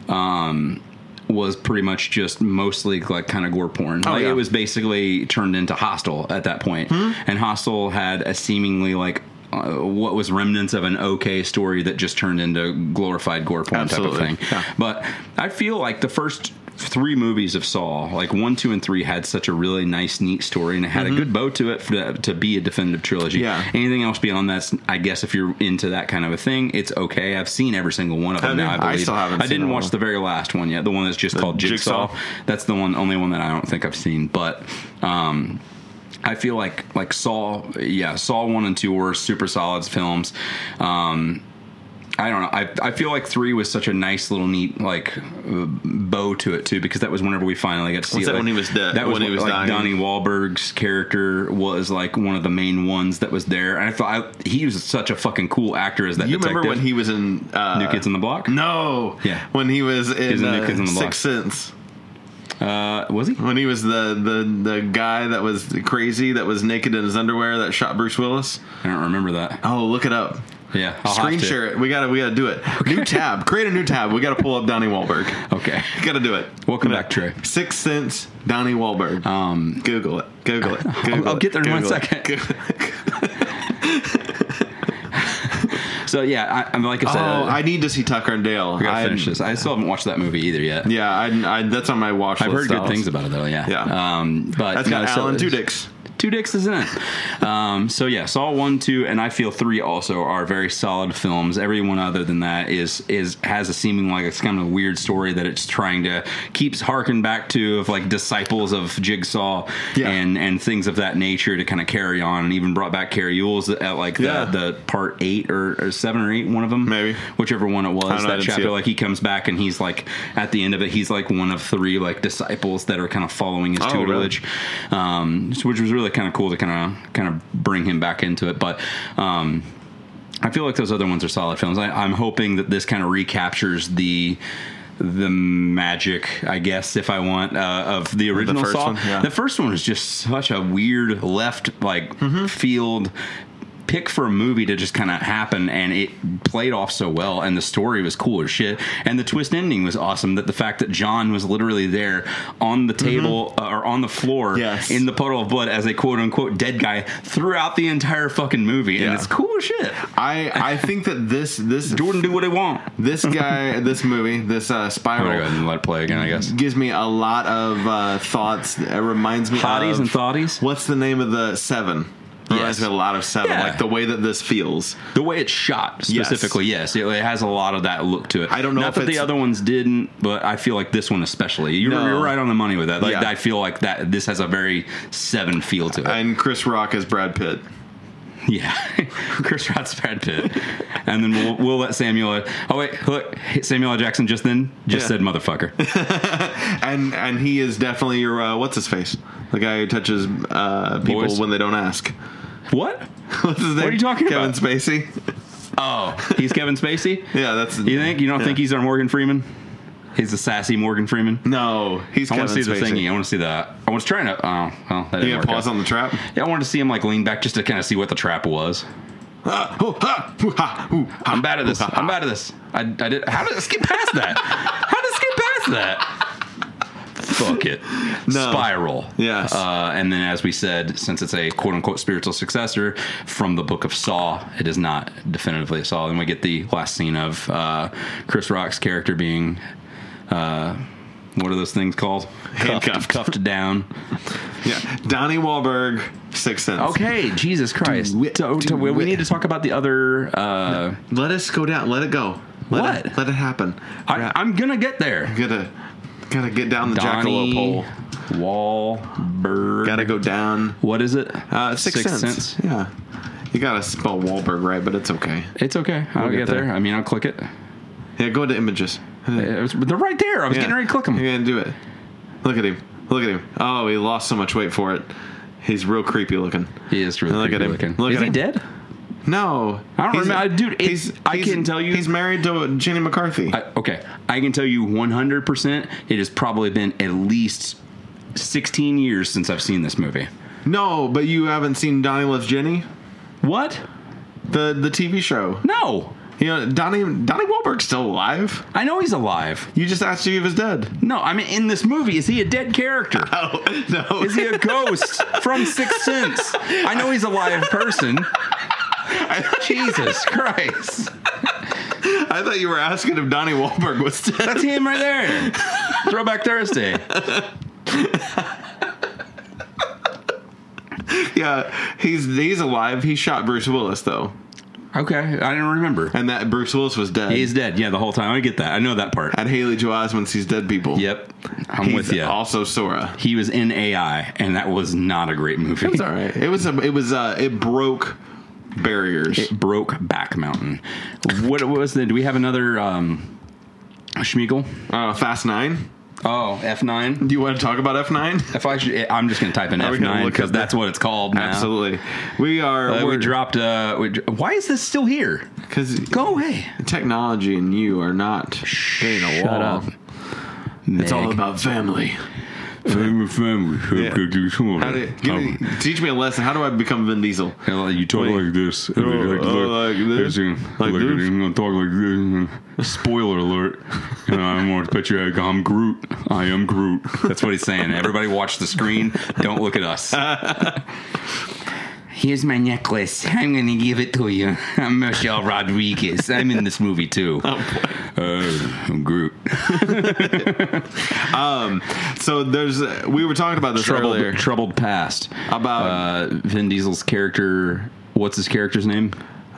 um, was pretty much just mostly like kind of gore porn. like Oh, yeah. Hmm? it was basically turned into Hostel at that point, and Hostel had a seemingly like. Uh, what was remnants of an okay story that just turned into glorified gore porn Absolutely, type of thing. yeah. But I feel like the first three movies of Saw, like one, two, and three, had such a really nice, neat story, and it had a good bow to it for the, to be a definitive trilogy. Mm-hmm. Yeah. Anything else beyond that, I guess, if you're into that kind of a thing, it's okay. I've seen every single one of them Have now. you? I, I believe. still haven't I seen didn't all watch of the very last one yet. The one that's just called Jigsaw? Jigsaw. That's the one, only one that I don't think I've seen, but. um I feel like like Saw, yeah, Saw one and two were super solid films. Um, I don't know. I, I feel like three was such a nice little neat like uh, bow to it too because that was whenever we finally got to see. Was it, that like, when he was dead- That was when he was like dying? Donnie Wahlberg's character was like one of the main ones that was there, and I thought I, he was such a fucking cool actor as that. You detective. remember when he was in uh, New Kids on the Block? No. Yeah. When he was in, was in New uh, Kids on the Block. Sixth Sense. Uh, was he? When he was the, the the guy that was crazy, that was naked in his underwear, that shot Bruce Willis. I don't remember that. Oh, look it up. Yeah, I'll Screen have to. share it. We gotta we gotta do it. New tab. Create a new tab. We gotta pull up Donnie Wahlberg. Okay. Gotta do it. Welcome Gotta- back, Trey. Sixth Sense, Donnie Wahlberg. Um, Google it. Google it. Google I'll it. get there in one Google it. second. Google- so yeah, I, I'm like I said, oh, uh, I need to see Tucker and Dale. I gotta I- finish this. I still haven't watched that movie either yet. Yeah, I, I, that's on my watch I've heard list. good Alex. things about it though. Yeah. Yeah. Um, but That's got no, so Alan it's- Tudyk's. two dicks is in it. Um, so yeah, Saw one, two, and I feel three also are very solid films. Everyone other than that is is has a seeming like it's kind of a weird story that it's trying to keeps harken back to of like disciples of Jigsaw Yeah. and and things of that nature to kind of carry on and even brought back Carrie Ewells at like the, Yeah. the part eight or, or seven or eight one of them Maybe. whichever one it was don't know, I that didn't see chapter it. like he comes back and he's like at the end of it he's like one of three like disciples that are kind of following his Oh, really? tutelage um, so- which was really kind of cool to kind of kind of bring him back into it. But um, I feel like those other ones are solid films. I, I'm hoping that this kind of recaptures the the magic, I guess, if I want, uh, of the original first Saw. one, yeah. The first one was just such a weird left like field pick for a movie to just kind of happen and it played off so well and the story was cool as shit and the twist ending was awesome that the fact that John was literally there on the table uh, or on the floor Yes. in the puddle of blood as a quote unquote dead guy throughout the entire fucking movie Yeah. and it's cool as shit I I think that this this Jordan Oh do what he want this guy this movie this uh, spiral and let it play again I guess gives me a lot of uh, thoughts. It reminds me hotties of, and thoughties What's the name of the seven? Reminds Yes. me a lot of seven, Yeah. like the way that this feels. The way it's shot Yes. specifically, yes, it, it has a lot of that look to it. I don't know Not if that the it's- other ones didn't, but I feel like this one especially. You're, No. you're right on the money with that. Like Yeah. I feel like that this has a very seven feel to it. And Chris Rock is Brad Pitt. yeah, Chris Rock's Brad Pitt, and then we'll, we'll let Samuel. Oh wait, look, Samuel L. Jackson just then just Yeah. said motherfucker. And and he is definitely your uh, what's his face, the guy who touches uh, people Boys? when they don't ask. what? What's his name? are you talking Kevin about? Spacey. Oh, he's Kevin Spacey. Yeah, that's You think you don't think Yeah. he's our Morgan Freeman? He's a sassy Morgan Freeman. No, he's. I Kevin want to see the Spacey. thingy. I want to see the. I was trying to. Oh, well, that didn't You work gonna pause out. on the trap? Yeah, I wanted to see him like lean back just to kind of see what the trap was. Ah, hoo, ha, hoo, ha, hoo, ha. I'm bad at this. I'm bad at this. I, I did. How did I skip past that? How did I skip past that? Fuck it. No. Spiral. Yes. Uh, and then, as we said, since it's a quote unquote spiritual successor from the book of Saw, it is not definitively a Saw. And we get the last scene of uh, Chris Rock's character being. Uh, what are those things called? Handcuffed. Cuffed, cuffed down. Yeah, Donnie Wahlberg, Sixth Sense. Okay, Jesus Christ. Do it, To- to- do we it. need to talk about the other. Uh, Let us go down. Let it go. Let What? It, let it happen. I, I'm gonna get there. gotta gotta get down the jackalope Donnie pole. Wahlberg. Gotta go down. What is it? Uh, Sixth, sense. Yeah, you gotta spell Wahlberg right, but it's okay. It's okay. I'll get get, there. there. I mean, I'll click it. Yeah, go to images. Yeah. It was- they're right there. I was getting ready to click them. You're gonna do it. Look at him. Look at him. Oh, he lost so much weight for it. He's real creepy looking. He is really Look at creepy him. looking. Look is at he him. dead? No, I don't He's- remember- dude, it- I he's- can tell you- he's married to Jenny McCarthy. I, okay, I can tell you 100. percent It has probably been at least 16 years since I've seen this movie. no, but you haven't seen Donnie loves Jenny, What? the the TV show. No. You know, Donnie Donnie Wahlberg's still alive. I know he's alive. You just asked if he was dead. No, I mean in this movie, is he a dead character? Oh no, Is he a ghost from Sixth Sense? I know he's a live person. Jesus Christ. I thought you were asking if Donnie Wahlberg was dead. That's him right there. Throwback Thursday. Yeah, he's he's alive. He shot Bruce Willis though, Okay, I didn't remember. and that Bruce Willis was dead. He's dead. Yeah, the whole time. I get that. I know that part. and Haley Joel Osment sees dead people. Yep, I'm He's with you. Also Sora. he was in AI, and that was not a great movie. It was all right. It was a, it was uh it broke barriers. Broke Back Mountain. What, what was the? Do we have another um, Schmiegel? uh, Fast Nine. Oh, F nine. Do you want to talk about F nine? If I should, I'm just gonna type in Are we F gonna nine look because at the- that's what it's called now. Absolutely. We are. Uh, we we're dropped. Uh, we, dr- why is this still here? because Go away. technology and you are not getting a Shut wall. up. It's all about family. How do, give me, Oh. teach me a lesson. How do I become Vin Diesel? you talk Wait. Um, like this. Oh, oh, like this? You, Like like this? you gonna talk like this. Spoiler alert. You know, I'm going to bet you I'm Groot. I am Groot. That's what he's saying. Everybody watch the screen. Don't look at us. Here's my necklace. I'm going to give it to you. I'm Michelle Rodriguez. I'm in this movie too. Uh, I'm Groot. So there's. We were talking about this earlier. Troubled, troubled past. About- uh, Vin Diesel's character. What's his character's name?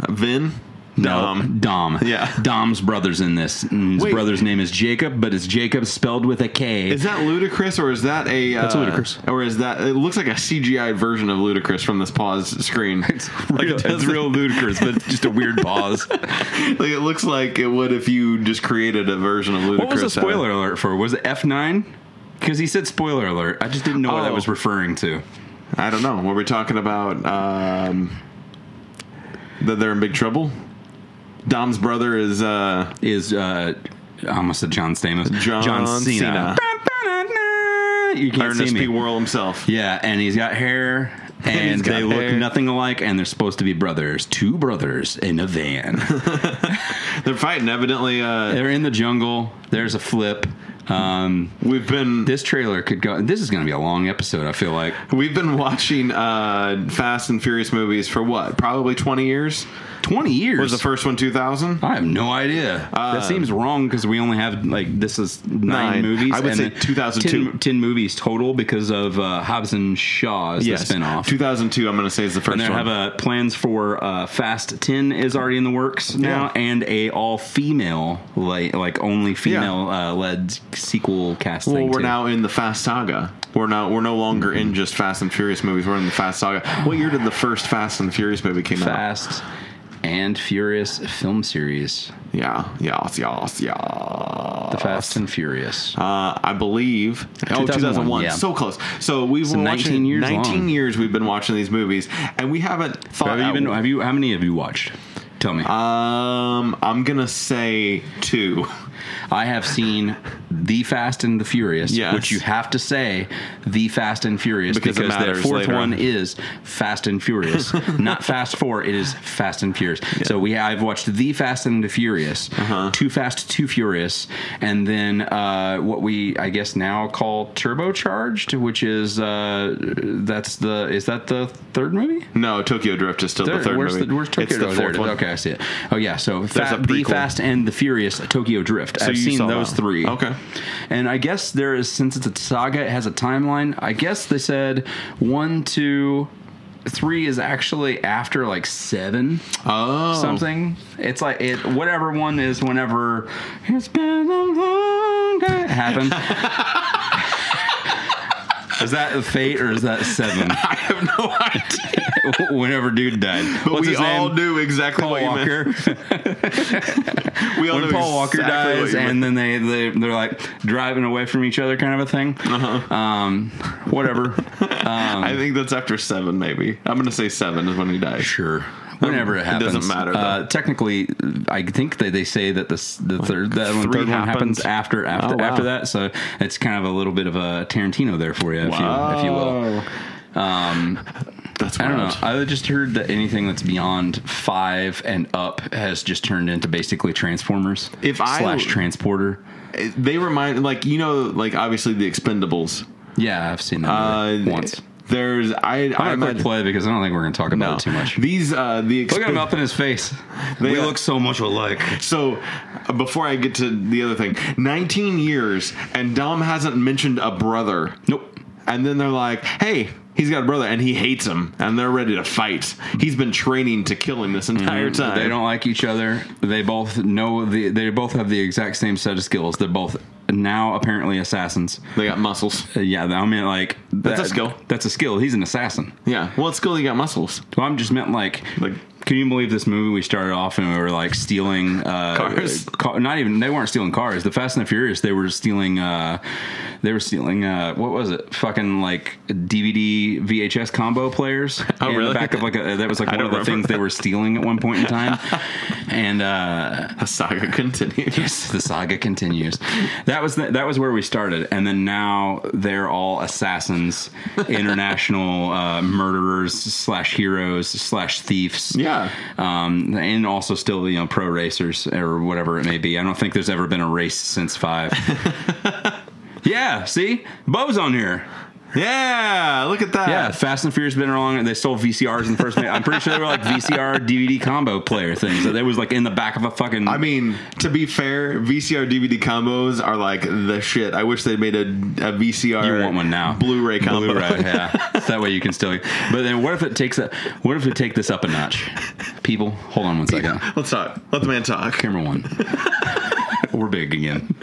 Vin. No, Dom. Dom. Yeah. Dom's brother's in this. And his Wait. brother's name is Jacob, but it's Jacob spelled with a K. Is that ludicrous or is that a? Uh, That's ludicrous. Or is that? It looks like a CGI version of ludicrous from this pause screen. it's real, it's real ludicrous, but it's just a weird pause. Like it looks like it would if you just created a version of Ludacris. what was the out of- spoiler alert for? Was it F9? Because he said spoiler alert. I just didn't know what that Oh. was referring to. I don't know. Were we talking about um, that they're in big trouble? Dom's brother is uh, Is, uh, I almost said John Stamos. John Cena. You can't Ernest see me. P. Worrell himself. Yeah, and he's got hair, and He's got they look hair. nothing alike, and they're supposed to be brothers. Two brothers in a van. They're fighting. Evidently, uh, They're in the jungle. There's a flip. Um, we've been this trailer could go. This is going to be a long episode. I feel like we've been watching uh, Fast and Furious movies for what? Probably twenty years. twenty years. Was the first one two thousand? I have no idea. that seems wrong because we only have like this is nine, Nine. movies. I would say then 2002. Ten, ten movies total because of uh, Hobbs and Shaw is the spinoff. two thousand two. I'm going to say is the first and they one. have a plans for uh, Fast Ten is already in the works now, Yeah. and a all female like like only female uh, led sequel cast. Well, thing we're too. Mm-hmm. now in the Fast Saga. We're now we're no longer in just Fast and Furious movies. We're in the Fast Saga. What year did the first Fast and Furious movie came out? Fast and Furious film series, Yeah, yes, yes, yes. The Fast and Furious. Uh, I believe. Oh, 2001, 2001. yeah. So close. So we've been 19 watching years 19 long. years we've been watching these movies, and we haven't thought. have you out- been? Have you? How many have you watched? Tell me. um, I'm gonna say two. I have seen The Fast and the Furious, Yes. which you have to say The Fast and Furious Because it because, the matters fourth later one on. is Fast and Furious, not Fast Four. It is Fast and Furious. So we I've watched The Fast and the Furious, Uh-huh. Too Fast, Too Furious, and then uh, what we I guess now call Turbocharged, which is uh, that's the is that the third movie? No, Tokyo Drift is still the third where's movie. The, where's Tokyo it's the Drift? There it fourth is. one. Okay, I see it. Oh yeah, so Fa- a the prequel. Fast and the Furious Tokyo Drift. I've you seen saw those that. three. Okay. and I guess there is since it's a saga, it has a timeline. I guess they said one, two, three is actually after like seven Oh, something. It's like it whatever one is whenever it's been a long time it happened. Is that fate or is that seven? I have no idea. Whenever dude died, But What's we his name? all knew exactly Paul what you meant. Walker. We all when knew Paul Walker exactly what dies, you meant. and then they they they're like driving away from each other, kind of a thing. Uh-huh. Um, whatever. Um, I think that's after seven, maybe. I'm gonna say seven is when he dies. sure. Whenever it Um, It doesn't happens, matter, though. Uh, technically, I think that they say that this, the third that one, three third one happens happens. after after Oh, wow. after that. So it's kind of a little bit of a Tarantino there for you, if you if you will. Um, Oh. That's I wild. don't know. I just heard that anything that's beyond five and up has just turned into basically Transformers If I- slash Transporter. They remind like you know like obviously the Expendables. Yeah, I've seen that movie Uh, once. There's I I I'm gonna quick imagine play because I don't think we're gonna talk about it too much. These uh the Look at him expen- up in his face. They we are- look so much alike. So, uh, before I get to the other thing, 19 years, and Dom hasn't mentioned a brother. Nope. And then they're like, hey, he's got a brother, and he hates him, and they're ready to fight. He's been training to kill him this entire time. Mm-hmm. Mm, They don't like each other. They both know the. They both have the exact same set of skills. They're both now apparently assassins. They got muscles. Uh, yeah, I mean, like That's a skill. That's a skill. He's an assassin. Yeah. Well, it's cool they got muscles. Well, I'm just meant like. Like- can you believe this movie? We started off and we were like stealing uh, Cars. ca- not even they weren't stealing cars. The Fast and the Furious. They were stealing. Uh, they were stealing. Uh, what was it? Fucking like DVD VHS combo players. Oh, in really? The back of like a, that was like I one of don't the remember things they that. were stealing at one point in time. and uh, The saga continues. Yes, the saga continues. That was the, that was where we started, and then now they're all assassins, international uh, murderers slash heroes slash thieves. Yeah. um, and also still you know pro racers or whatever it may be. I don't think there's ever been a race since five. yeah, see, Bo's on here. Yeah. Look at that. Yeah, Fast and Furious been along. They stole VCRs in the first. minute. I'm pretty sure they were like VCR DVD combo player things. That they was like in the back of a fucking. I mean, to be fair, VCR DVD combos are like the shit. I wish they made a, a VCR. You want one now? Blu-ray combo. Blu-ray, yeah. So that way you can still. But then, what if it takes a? What if it take this up a notch? People, hold on one second. Let's talk. Let the man talk. Camera one. We're big again.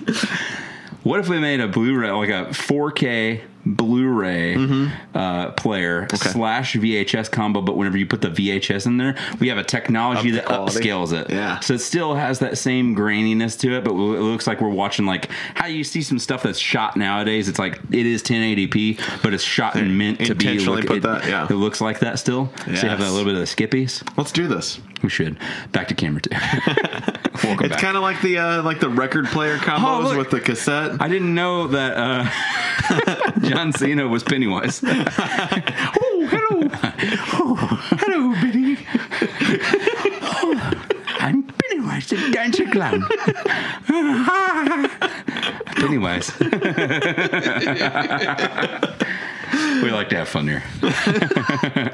What if we made a Blu-ray, like a 4K Blu-ray Mm-hmm. uh, player slash VHS combo? But whenever you put the VHS in there, we have a technology Up the that quality. upscales it. Yeah. So it still has that same graininess to it, but it looks like we're watching like how you see some stuff that's shot nowadays. It's like it is 1080p, but it's shot and meant to be. Intentionally look- put it, that, yeah. It looks like that still. So you have that Yes. little bit of the skippies. Let's do this. We should back to camera two. Welcome It's back. kind of like the uh, like the record player combos Oh, look. with the cassette. I didn't know that uh, John Cena was Pennywise. oh, hello. Oh, hello, Benny. Oh, I'm Pennywise, the dancer clown. Pennywise. we like to have fun here.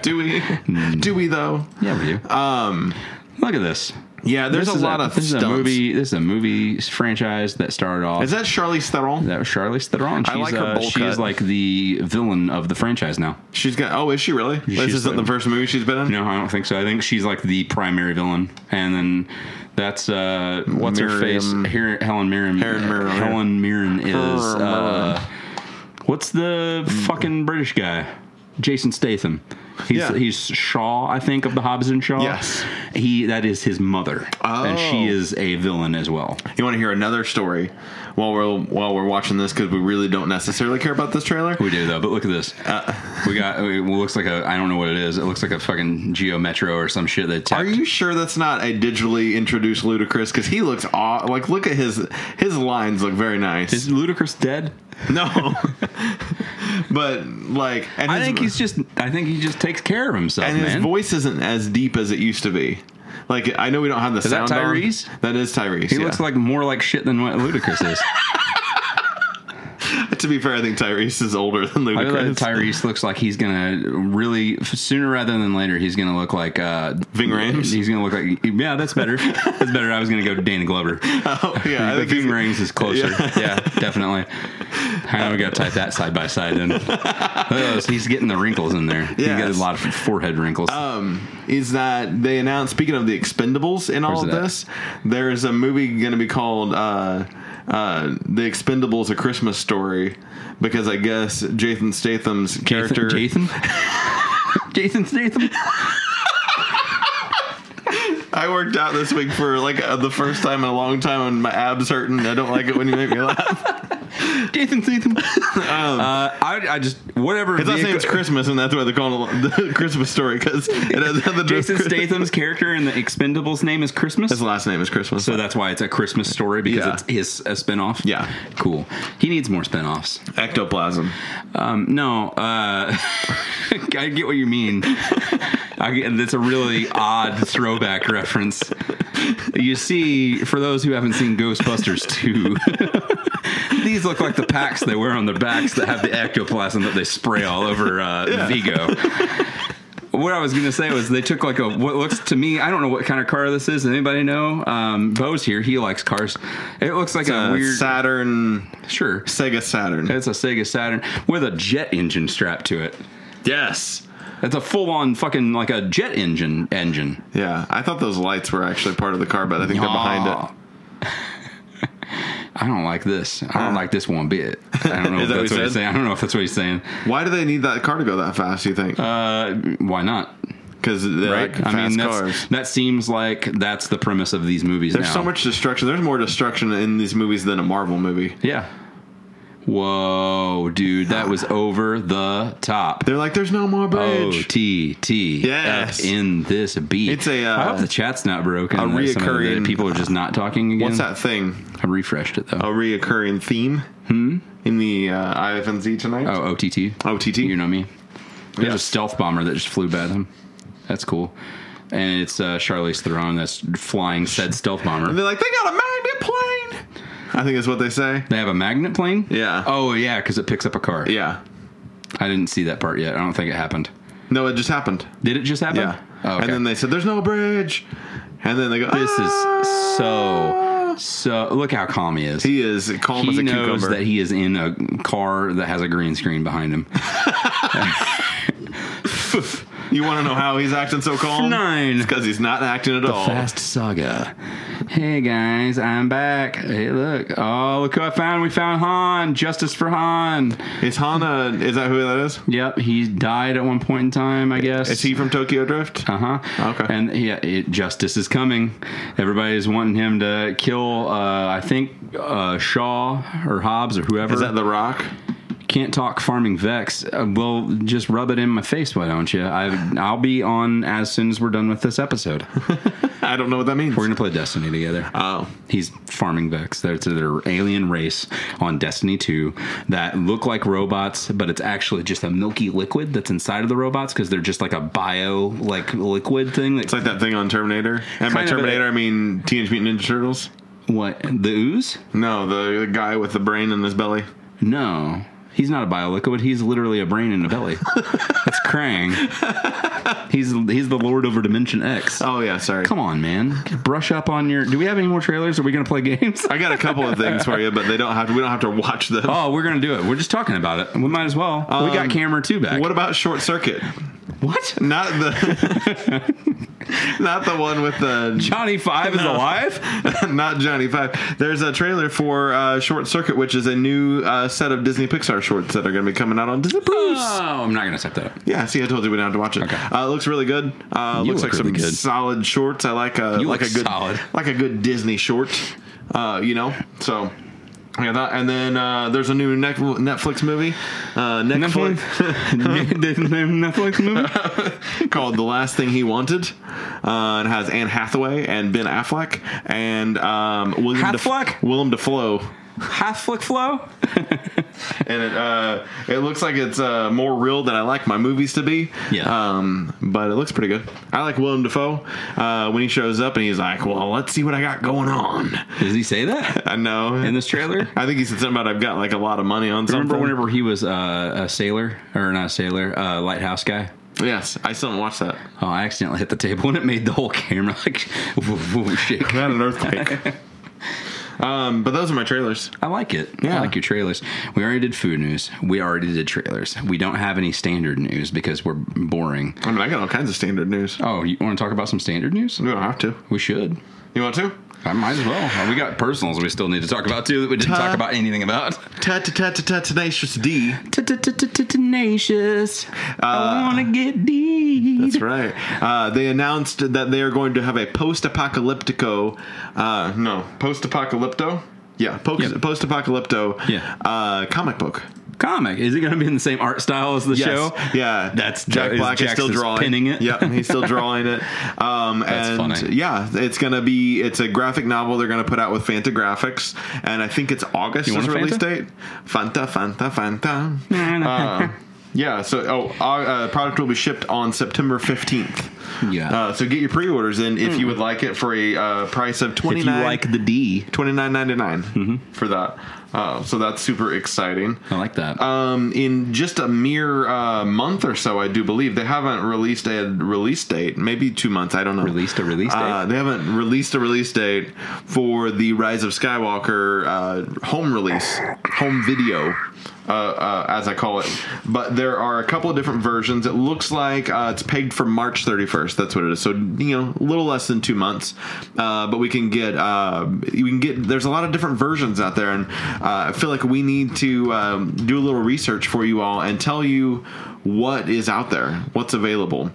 Do we? Hmm. Do we though? Yeah, we do. Um. Look at this. Yeah. There's This a is lot of this stunts. is a movie. This is a movie franchise that started off. Is that Charlize Theron? that was Uh, Charlize Theron. She's, I like her uh, bowl she is cut. like the villain of the franchise now. She's got. Oh, is she really? She's this isn't like- the first movie she's been in. No, I don't think so. I think she's like the primary villain, and then that's uh, what's her face? Miriam. Her- Helen Mirren. Helen Mirren. Helen Mirren is Her- uh, what's the fucking British guy? Jason Statham. He's Yeah. he's Shaw, I think, of the Hobbs and Shaw. Yes. he that is his mother, and she Oh. is a villain as well. You want to hear another story while we're while we're watching this because we really don't necessarily care about this trailer. We do though, but look at this. we got uh, it looks like a I don't know what it is. It looks like a fucking Geo Metro or some shit. That Are tapped- you sure that's not a digitally introduced Ludacris? Because he looks aw- like look at his his lines look very nice. is Ludacris dead? no, but like and I his- think he's just. I think he just takes care of himself, and man. his voice isn't as deep as it used to be. Like I know we don't have the that sound. on. Tyrese? That is Tyrese. he looks like more like shit than what Ludacris is. To be fair, I think Tyrese is older than I feel like Ludacris. Tyrese looks like he's gonna really sooner rather than later. He's gonna look like uh, Ving Rhames? He's gonna look like yeah, that's better. that's better. I was gonna go Dana Glover. oh, yeah, I the think he's- Ving Rhames is closer. Yeah, definitely. I know we gotta type that side by side. in. Look at those. he's getting the wrinkles in there. He's got Yes. a lot of forehead wrinkles. um, is that they announced speaking of the expendables in all Where's of it at? this there is a movie going to be called uh, uh, the expendables a christmas story because i guess jason statham's character Jason. Jason Statham. i worked out this week for like uh, the first time in a long time and my abs hurting i don't like it when you make me laugh Jason Statham. Um, uh, I, I just whatever. it's not saying vehicle- it's christmas and that's why they're calling it the christmas story because it has nothing to do with Jason Christ- Statham's character in the Expendables name is Christmas. his last name is christmas So that's why it's a Christmas story because Yeah. it's his a spinoff. Yeah. cool. He needs more spinoffs. ectoplasm Um, no, uh, I get what you mean. I get, that's a really odd throwback reference. You see, for those who haven't seen Ghostbusters 2, these look look like the packs they wear on their backs that have the ectoplasm that they spray all over uh, Vigo. What I was gonna say was they took like a what looks to me I don't know what kind of car this is. Does anybody know? Um, Bo's here. He likes cars. It looks like a, Uh, weird Saturn, sure. Sega Saturn. It's a Sega Saturn with a jet engine strapped to it. Yes. It's a full on fucking like a jet engine engine. Yeah, I thought those lights were actually part of the car, but I think they're behind it. I don't like this. I don't like this one bit. I don't know Is if that's that what he what he's said? saying. I don't know if that's what he's saying. Why do they need that car to go that fast? You think? Uh, why not? Because they're like fast I mean, cars. that's, that seems like that's the premise of these movies. There's now. so much destruction. There's more destruction in these movies than a Marvel movie. Yeah. Whoa, dude, that was over the top. They're like, there's no more O bridge. Oh, T T Yes. F in this beat. It's a, uh, I hope the chat's not broken. a that some of the reoccurring- people are just not talking again. What's that Oh. thing? I refreshed it though. A reoccurring theme in the uh, IFNZ tonight. Oh, OTT. OTT. You know me. There's Yeah. a stealth bomber that just flew by them. That's cool. And it's uh, Charlize Theron that's flying said stealth And bomber. they're like, they got a magnet plane. I think that's what they say. They have a magnet plane? Yeah. Oh, yeah, because it picks up a car. Yeah. I didn't see that part yet. I don't think it happened. No, it just happened. Did it just happen? Yeah. Oh, okay. And then they said, there's no bridge. And then they go, this "Ah." is so, so. Look how calm he is. He is calm as he a knows cucumber. that he is in a car that has a green screen behind him. you want to know how he's acting so calm? Nine. Because he's not acting at all. Fast Saga. Hey guys, I'm back. Hey, look. Oh, look who I found. We found Han. Justice for Han. Is Hana, is that who that is? Yep, he died at one point in time, I guess. Is he from Tokyo Drift? Uh huh. Okay. And yeah, it, justice is coming. Everybody is wanting him to kill. Uh, I think uh, Shaw or Hobbs or whoever. Is that The Rock? Can't talk farming Vex. Uh, well, just rub it in my face, why don't you? I, I'll be on as soon as we're done with this episode. I don't know what that means. We're gonna play Destiny together. Oh. He's farming Vex. There's their alien race on Destiny 2 that look like robots, but it's actually just a milky liquid that's inside of the robots because they're just like a bio like liquid thing. That, It's like that thing on Terminator. And by Kind of a- Terminator, I mean Teenage Mutant Ninja Turtles. what the ooze? No, the, the guy with the brain in his belly. No, he's not a bio liquid. He's literally a brain in a belly. that's Krang. He's he's the Lord over Dimension X. Oh, yeah, sorry. Come on, man. Brush up on your. Do we have any more trailers? Are we gonna play games? I got a couple of things for you, but they don't have to, we don't have to watch them. Oh, we're gonna do it. We're just talking about it. We might as well. we got Um, camera two back. What about Short Circuit? what? Not the Not the one with the Johnny Five is alive? not Johnny Five. There's a trailer for uh, Short Circuit, which is a new uh, set of Disney Pixar shorts that are going to be coming out on Disney Plus. Oh, I'm not gonna set that up. Yeah, see, I told you we don't have to watch it. Okay. Uh, it looks really good. Uh, You looks look like really some good. solid shorts. I like a You like look a good solid. like a good Disney short. Uh, you know, so. Yeah, that, and then uh, there's a new Net- Netflix movie, uh, Netflix, Netflix movie. called "The Last Thing He Wanted." Uh, it has Anne Hathaway and Ben Affleck and um, William Def- Hathfleck? Willem Dafoe. Half-flick flow. and it uh, it looks like it's uh, more real than I like my movies to be. Yeah. Um, but it looks pretty good. I like Willem Dafoe uh, when he shows up and he's like, "Well, let's see what I got going on." Does he say that I know. in this trailer? I think he said something about I've got like a lot of money on Remember something. whenever he was uh, a sailor or not a sailor, uh, lighthouse guy. yes, I still haven't watched that. Oh, I accidentally hit the table and it made the whole camera like woo, woo, shake. Not an earthquake. um, but those are my trailers. I like it. I Yeah. like your trailers. We already did food news. We already did trailers. We don't have any standard news because we're boring. I mean, I got all kinds of standard news. Oh, you want to talk about some standard news? We don't have to. We should. You want to? I might as well. We got personals we still need to talk about too that we didn't Ta- talk about anything about. Ta ta ta ta ta tenacious D. Tenacious. I want to get deep. Uh, That's right. Uh, they announced that they are going to have a post-apocalyptico. Uh, no, post-apocalypto. Yeah, po- Yeah. post-apocalypto. Yeah. Uh, comic book. Comic. Is it going to be in the same art style as the show? Yeah. That's Jack Black is still drawing. Pinning it. Yep, he's still drawing it. Um, That's and funny. yeah, it's gonna be it's a graphic novel they're gonna put out with Fantagraphics, and I think it's August You is want a release Fanta? date. Fanta, Fanta, Um, Fanta. Uh, yeah. So, oh, uh, uh, product will be shipped on September fifteenth. Yeah. Uh, so get your pre-orders in if you would like it for a uh, price of Hmm. If twenty you nine like the Mm-hmm. D, twenty nine ninety nine for that. Uh, so that's super exciting. I like that. Um, in just a mere uh, month or so, I do believe they haven't released a release date. Maybe two months. I don't know. Released a release date? Uh, they haven't released a release date for the Rise of Skywalker uh, home release, home video. Uh, uh, as I call it, but there are a couple of different versions. It looks like uh, it's pegged for March 31st. That's what it is. So you know, a little less than two months. Uh, but we can get uh, we can get. There's a lot of different versions out there, and uh, I feel like we need to um, do a little research for you all and tell you what is out there, what's available.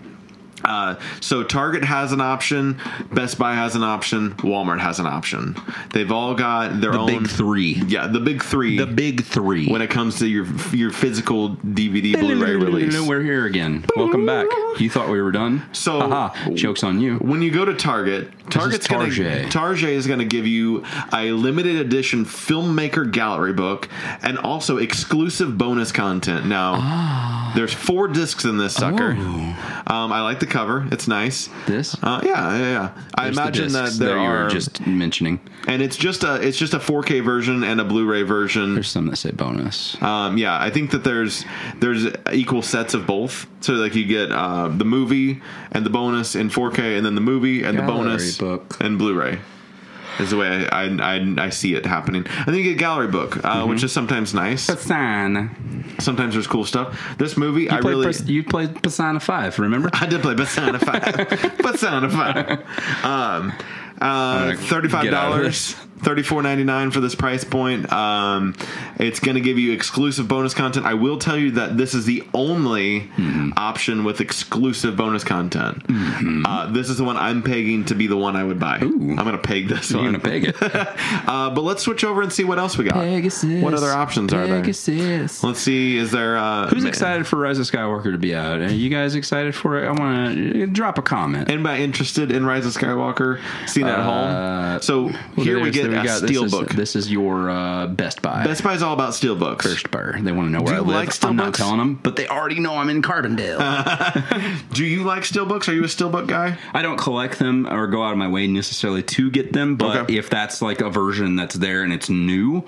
Uh, so Target has an option, Best Buy has an option, Walmart has an option. They've all got their the own big three. Yeah, the big three. The big three. when it comes to your your physical DVD Blu-ray release. We're here again. Welcome back. You thought we were done? So- Haha, jokes on you. When you go to Target, Target's going to Target. Target is going to give you a limited edition filmmaker gallery book and also exclusive bonus content. Now, Ah. there's four discs in this sucker. Oh. Um, I like the cover; it's nice. This. Uh, yeah, yeah, yeah. I There's the imagine that discs there you are were just mentioning. and it's just a it's just a 4K version and a Blu-ray version. There's some that say bonus. Um, yeah, I think that there's there's equal sets of both. So like you get uh, the movie and the bonus in 4K, and then the movie and the Gallery bonus book. and Blu-ray. Is the way I, I, I, I see it happening. I think you get gallery book, uh, Mm-hmm. which is sometimes nice. Pasan. Sometimes there's cool stuff. This movie, I You played, really Pas- you played Persona 5, remember? I did play Persona Five. Persona Five. Um, uh, gonna Thirty-five get out of dollars. this. Thirty-four ninety-nine for this price point. Um, it's going to give you exclusive bonus content. I will tell you that this is the only Mm-hmm. option with exclusive bonus content. Uh, this is the one I'm pegging to be the one I would buy. I'm going to peg this You're one. going to peg it. uh, but let's switch over and see what else we got. Pegasus. What other options are Pegasus. there? Let's see. Is there uh, Who's excited for Rise of Skywalker to be out? Are you guys excited for it? I want to drop a comment. Anybody interested in Rise of Skywalker? Seen it at Uh, home. So Well, here we there's- there get a this is- steelbook. This is your uh, Best Buy. Best Buy is all about steelbooks. First bar. They want to know where you I live. like I'm Starbucks? not telling them, but they already know I'm in Carbondale. Do you like steelbooks? Are you a steelbook guy? I don't collect them or go out of my way necessarily to get them, but Okay. if that's like a version that's there and it's new,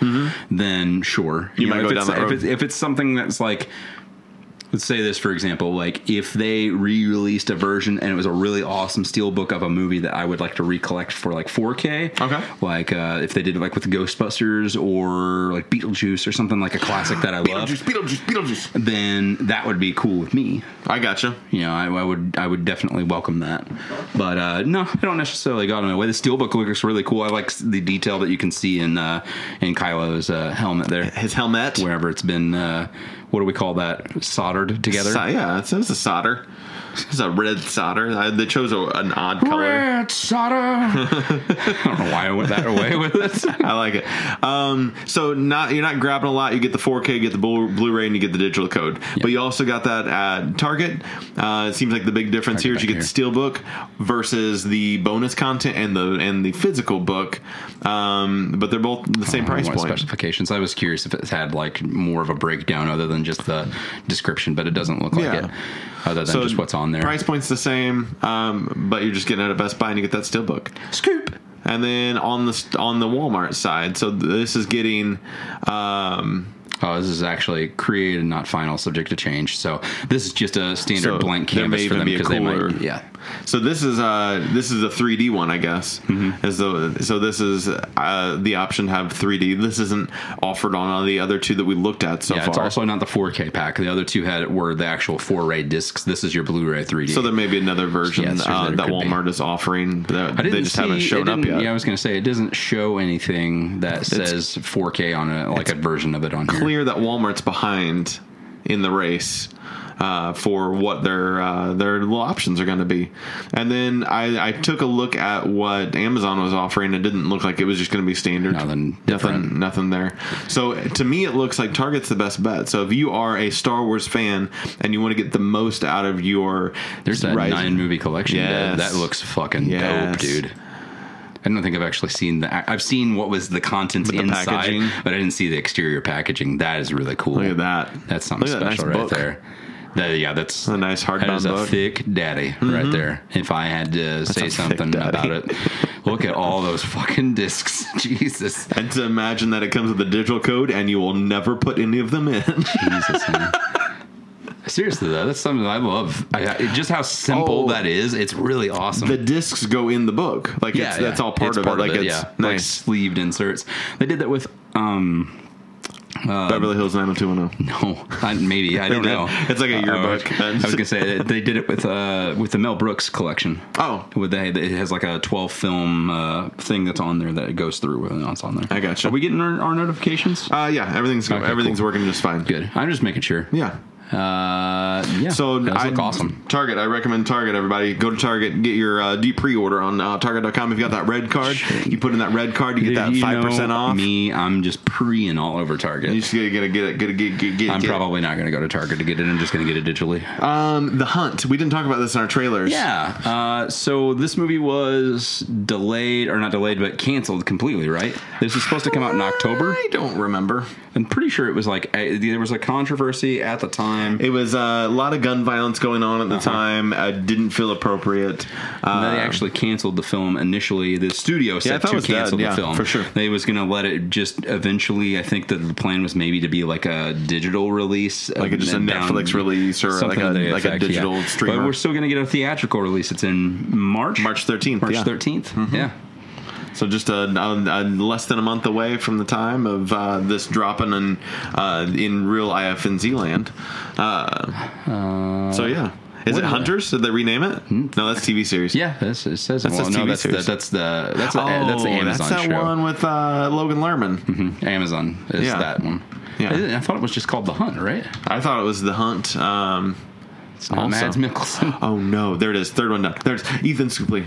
then sure. You, Mm-hmm. might if go it's, down that if road. it's if it's something that's like let's say this for example, like if they re-released a version and it was a really awesome steelbook of a movie that I would like to recollect for like 4K. Okay. Like uh, if they did it like with Ghostbusters or like Beetlejuice or something like a classic that I love, Beetlejuice, Beetlejuice. then that would be cool with me I gotcha. you know, I, I would I would definitely welcome that. But uh, no, I don't necessarily go out of my way. The steelbook looks really cool. I like s- the detail that you can see in uh, in Kylo's uh, helmet there, His helmet. wherever it's been. Uh, what do we call that? Soldered together. So- yeah, it's, it's a solder. It's a red solder. I, they chose a, an odd color. Red solder. I don't know why I went that away with it. I like it. Um, so not you're not grabbing a lot. You get the 4K, you get the Blu- Blu-ray, and you get the digital code. But you also got that at Target. Uh, it seems like the big difference here is you back get the steelbook versus the bonus content and the and the physical book. Um, but they're both the same price What point. specifications? I was curious if it had like more of a breakdown other than just the description, but it doesn't look like Yeah. it. Other than just what's on there. Price point's the same, um, but you're just getting it at Best Buy and you get that steelbook. scoop. And then on the st- on the Walmart side, so this is getting. Um, Oh, this is actually created, not final, subject to change. So this is just a standard So blank there canvas may for even them be a because they cooler. might, yeah. So this is uh this is a 3D one, I guess. Mm-hmm. As though so this is uh, the option to have 3D. This isn't offered on all the other two that we looked at so Yeah, far. it's also not the 4K pack. The other two had were the actual 4-ray discs. This is your Blu-ray 3D. so there may be another version Yeah, it's- uh, there that could be. Walmart is offering that I didn't they just see, haven't it shown up didn't- yet. Yeah, I was going to say it doesn't show anything that says 4K on it, like a version of it on here. clear that Walmart's behind in the race uh, for what their uh, their little options are going to be. And then I, I took a look at what Amazon was offering. It didn't look like it was just going to be standard. Nothing different. Nothing, nothing there. So to me, it looks like Target's the best bet. So if you are a Star Wars fan and you want to get the most out of your There's that Rise- nine movie collection. Yes. That, that looks fucking Yes. dope, dude. I don't think I've actually seen that. I've seen what was the contents the inside, packaging. but I didn't see the exterior packaging. That is really cool. Look at that. That's something Look at that special nice right book. there. That- yeah, that's A nice That hardbound is a book. Mm-hmm. thick daddy right there. If I had to say a thick something daddy. about it, look at all those fucking discs. Jesus. And to imagine that it comes with a digital code and you will never put any of them in. Jesus, man. Seriously though, that's something I love. I, I- just how simple Oh. that is. It's really awesome. the discs go in the book. Like it's, that's all part It's of it. Like it's yeah. Like nice. sleeved inserts. They did that with um Beverly Hills 90210. no, I, maybe I don't did. know. It's like a Uh, yearbook. I was, gonna say that they did it with uh with the Mel Brooks collection. Oh. with they it has like a twelve film uh thing that's on there that it goes through when it's on there. I gotcha. Are we getting our, our notifications? Uh, yeah, everything's Okay, everything's cool. working just fine. Good. I'm just making sure. Yeah. Uh, yeah. So those I look awesome. Target, I recommend Target. Everybody, go to Target, get your uh, deep pre-order on uh, Target.com. If you got that red card, you put in that red card, you get that You five percent know off. Me, I'm just preeing all over Target. You just gotta get it, get it, get it, get it, get it. I'm get it. probably not going to go to Target to get it. I'm just going to get it digitally. um the hunt. We didn't talk about this in our trailers. Yeah. Uh, so this movie was delayed, or not delayed, but canceled completely, right? This was supposed to come out in October. I don't remember. I'm pretty sure it was like I, there was a controversy at the time. It was uh, a lot of gun violence going on at the time. I didn't feel appropriate. And Uh, Uh-huh. they actually canceled the film initially. The studio I said thought it to was dead. cancel the Yeah, film for sure. They was going to let it just eventually. I think that the plan was maybe to be like a digital release, uh, Like a- just and a Netflix release or like something a- to the like a effect, digital yeah. streamer. But we're still going to get a theatrical release. It's in March, March 13th, March yeah. Mm-hmm. 13th. Yeah. So just a, a, a less than a month away from the time of uh, this dropping in uh, in real IFNZ land. Uh, so yeah, is what it is Hunters? Did they rename it? No, that's TV series. Hmm? Yeah, that's, it says That's well, a no, TV that's the, series. that's the that's the, Oh, that's the Amazon that show. Mm-hmm. one with uh, Logan Lerman. Amazon is Yeah. that one. Yeah. I, I thought it was just called The Hunt, right? I thought it was The Hunt. Um, It's not Also- Mads Mikkelsen. oh no, there it is. Third one down. There's Ethan Suplee.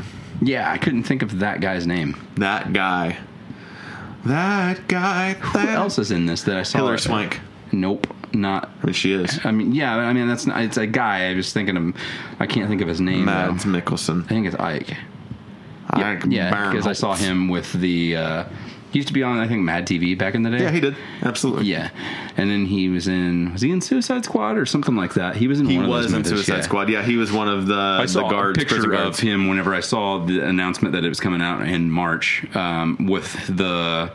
yeah, I couldn't think of that guy's name. That guy. That guy. Who else is in this that I saw? Hillary Swank. Nope, not. I mean, she is. I mean, yeah, I mean that's not, it's a guy. I was thinking of, I can't think of his name. though. Mads Mikkelsen. I think it's Ike. Ike Yeah, because I saw Barinholtz. him with the. Uh, he used to be on I think Mad TV back in the day. Yeah, he did. Absolutely. Yeah, and then he was in was he in Suicide Squad or something like that? He was in He one was of those in movies, Suicide yeah. Squad. Yeah, he was one of the I saw the guards, a picture prison guards. of him whenever I saw the announcement that it was coming out in March um, with the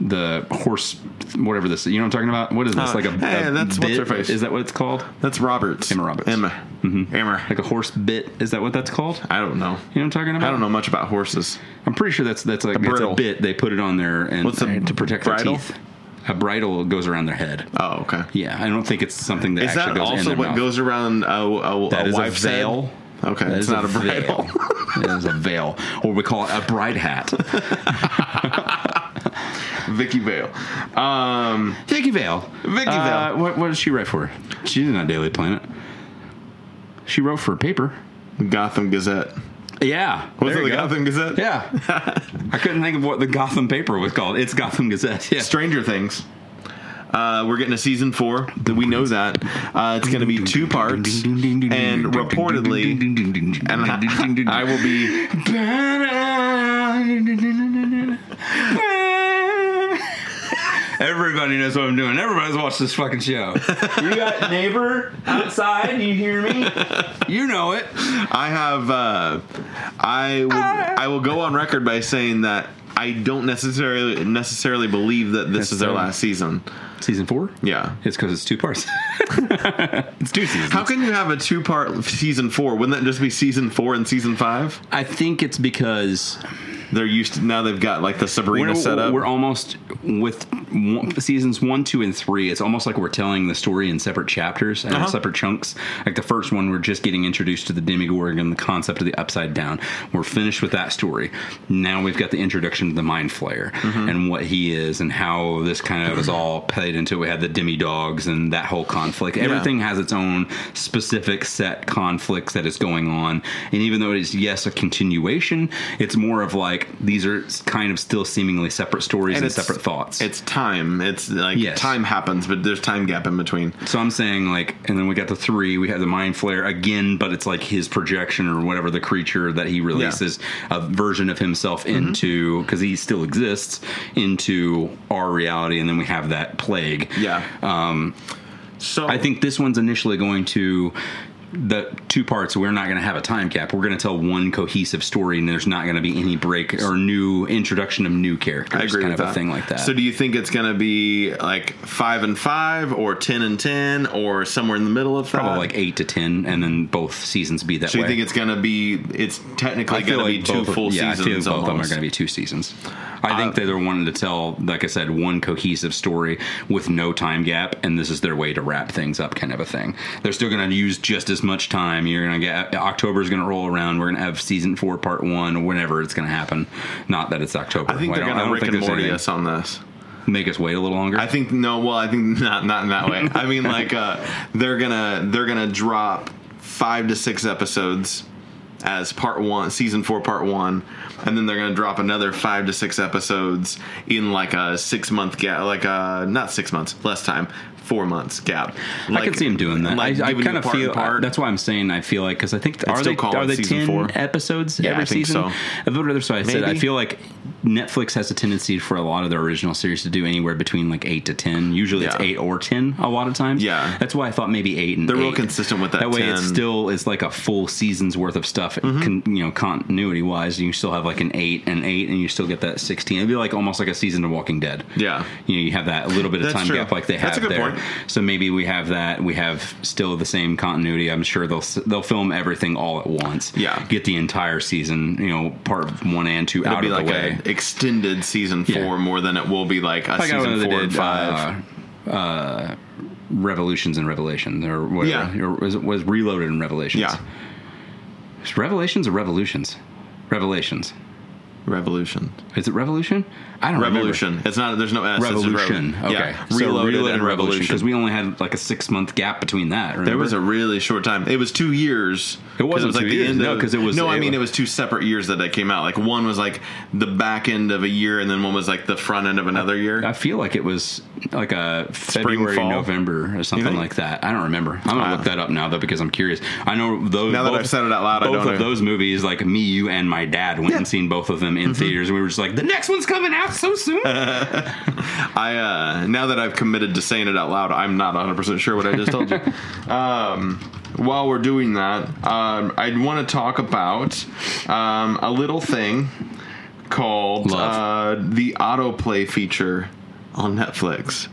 the horse, whatever this. You know what I'm talking about? What is this? Uh, like a, hey, a that's- what's her face? Is that what it's called? That's Roberts. Emma Roberts. Mm-hmm. Emma. Emma. Like a horse bit? Is that what that's called? I don't know. You know what I'm talking about? I don't know much about horses. I'm pretty sure that's that's like it's a bridle. bit they put it on there and What's a to protect bridle? their teeth. A bridle goes around their head. Oh, okay. Yeah, I don't think it's something that Is actually that goes in also their what mouth. goes around a, a, That a is a wife's head? veil. Okay, That it's is not a bridle. veil. that is a veil, or we call it a bride hat. Vicky Vale. Um, Vicky Vale. Vicky Uh, Vale. what, what did she write for? She did not Daily Planet. She wrote for a paper. Gotham Gazette. Yeah. Was there it the you go. Gotham Gazette? Yeah. I couldn't think of what the Gotham paper was called. It's Gotham Gazette. Yeah. Stranger Things. Uh, we're getting a season four. That we know that uh, it's going to be two parts, and reportedly, and I, I will be Everybody knows what I'm doing. Everybody's watched this fucking show. You got neighbor outside. You hear me? You know it. I have. Uh, I will. I will go on record by saying that I don't necessarily necessarily believe that this is their Necessarily. last season. Season four. Yeah. It's because it's two parts. it's two seasons. How can you have a two part season four? Wouldn't that just be season four and season five? I think it's because They're used to now. They've got like the Sabrina we're, setup. we're almost with one, seasons one, two, and three. It's almost like we're telling the story in separate chapters and Uh-huh. separate chunks. Like the first one, we're just getting introduced to the Demigorgon and the concept of the Upside Down. We're finished with that story. Now we've got the introduction to the Mind Flayer Mm-hmm. and what he is and how this kind of is all played into. We had the Demi Dogs and that whole conflict. Everything has its own specific set conflicts that is going on. And even though it is yes a continuation, it's more of like these are kind of still seemingly separate stories and, it's- separate thoughts. It's time. It's like Yes. time happens, but there's time gap in between. So I'm saying like, and then we got the three. We have the mind flare again, but it's like his projection or whatever the creature that he releases a version of himself into because he still exists into our reality, and then we have that plague. Yeah. Um, So I think this one's initially going to the two parts. We're not going to have a time cap. We're going to tell one cohesive story, and there's not going to be any break or new introduction of new characters. I agree kind with of that. a thing like that. So do you think it's going to be like five and five, or ten and ten, or somewhere in the middle of that? probably like eight to ten, and then both seasons be that So you way. think it's going to be? It's technically I feel going like to be two both of- full yeah, seasons. I feel both of them are almost. Uh, going to be two seasons. I think that they're wanting to tell, like I said, one cohesive story with no time gap, and this is their way to wrap things up, kind of a thing. They're still going to use just as much time. You're going to get October's going to roll around. We're going to have season four, part one, whenever it's going to happen. Not that it's October. I think they're don't- going don't to Rick think and there's Morty anything- us on this. Make us wait a little longer. I think no. Well, I think not not in that way. I mean, like uh, they're gonna they're gonna drop five to six episodes as part one, season four, part one, and then they're gonna drop another five to six episodes in like a six month gap, like uh not six months, less time, four months gap. I Like- can see him doing that. like I, I giving you kind of part and feel part. that's why I'm saying I feel like because I think are still they call are it they season ten four. episodes Yeah, I every think season? so. I voted other side. I said I Maybe. feel like Netflix has a tendency for a lot of their original series to do anywhere between like eight to ten. Usually it's Yeah. eight or ten a lot of times. Yeah. that's why I thought maybe eight and They're real eight. consistent with that Mm-hmm. That way it's 10. still it's like a full season's worth of stuff. Con, you know, continuity wise, you still have like an eight and eight, and you still get that sixteen. It'd be like almost like a season of Walking Dead. Yeah. you know, you have that little bit of That's time true. gap like they have That's a good there. point. So maybe we have that. We have still the same continuity. I'm sure they'll they'll film everything all at once. Yeah. get the entire season. You know, part one and 2 It'll out be of like the way. an extended season four Yeah. more than it will be like a Like I know season they four did and five. Uh, uh, Revolutions and Revelations, or whatever. Yeah. Or was, was Reloaded and Revelations? yeah, Is Revelations or Revolutions? Revelations. Revolution. Is it Revolution? I don't remember. Revolution. It's not. There's no S. Revolution. It's a rev- Okay. Yeah. So Reloaded, and Revolution. Because we only had like a six month gap between that. Remember? there was a really short time. It was two years. 'Cause wasn't like two the years. end No, of- 'cause it was- No, I it mean wa- it was two separate years that it came out. Like one was like the back end of a year, and then one was like the front end of another year. I feel like it was like a February, fall? November, or something think? like that. I don't remember. I'm gonna Wow. look that up now though because I'm curious. I know those. Now that both- I've said it out loud, I both don't of know. those movies, like me, you, and my dad, went and seen both of them in Mm-hmm. theaters. We were just like, the next one's coming out so soon. Uh-huh. I uh, now that I've committed to saying it out loud, I'm not 100 percent sure what I just told you. um, while we're doing that, um, I want to talk about um, a little thing called uh, Love. the autoplay feature on Netflix,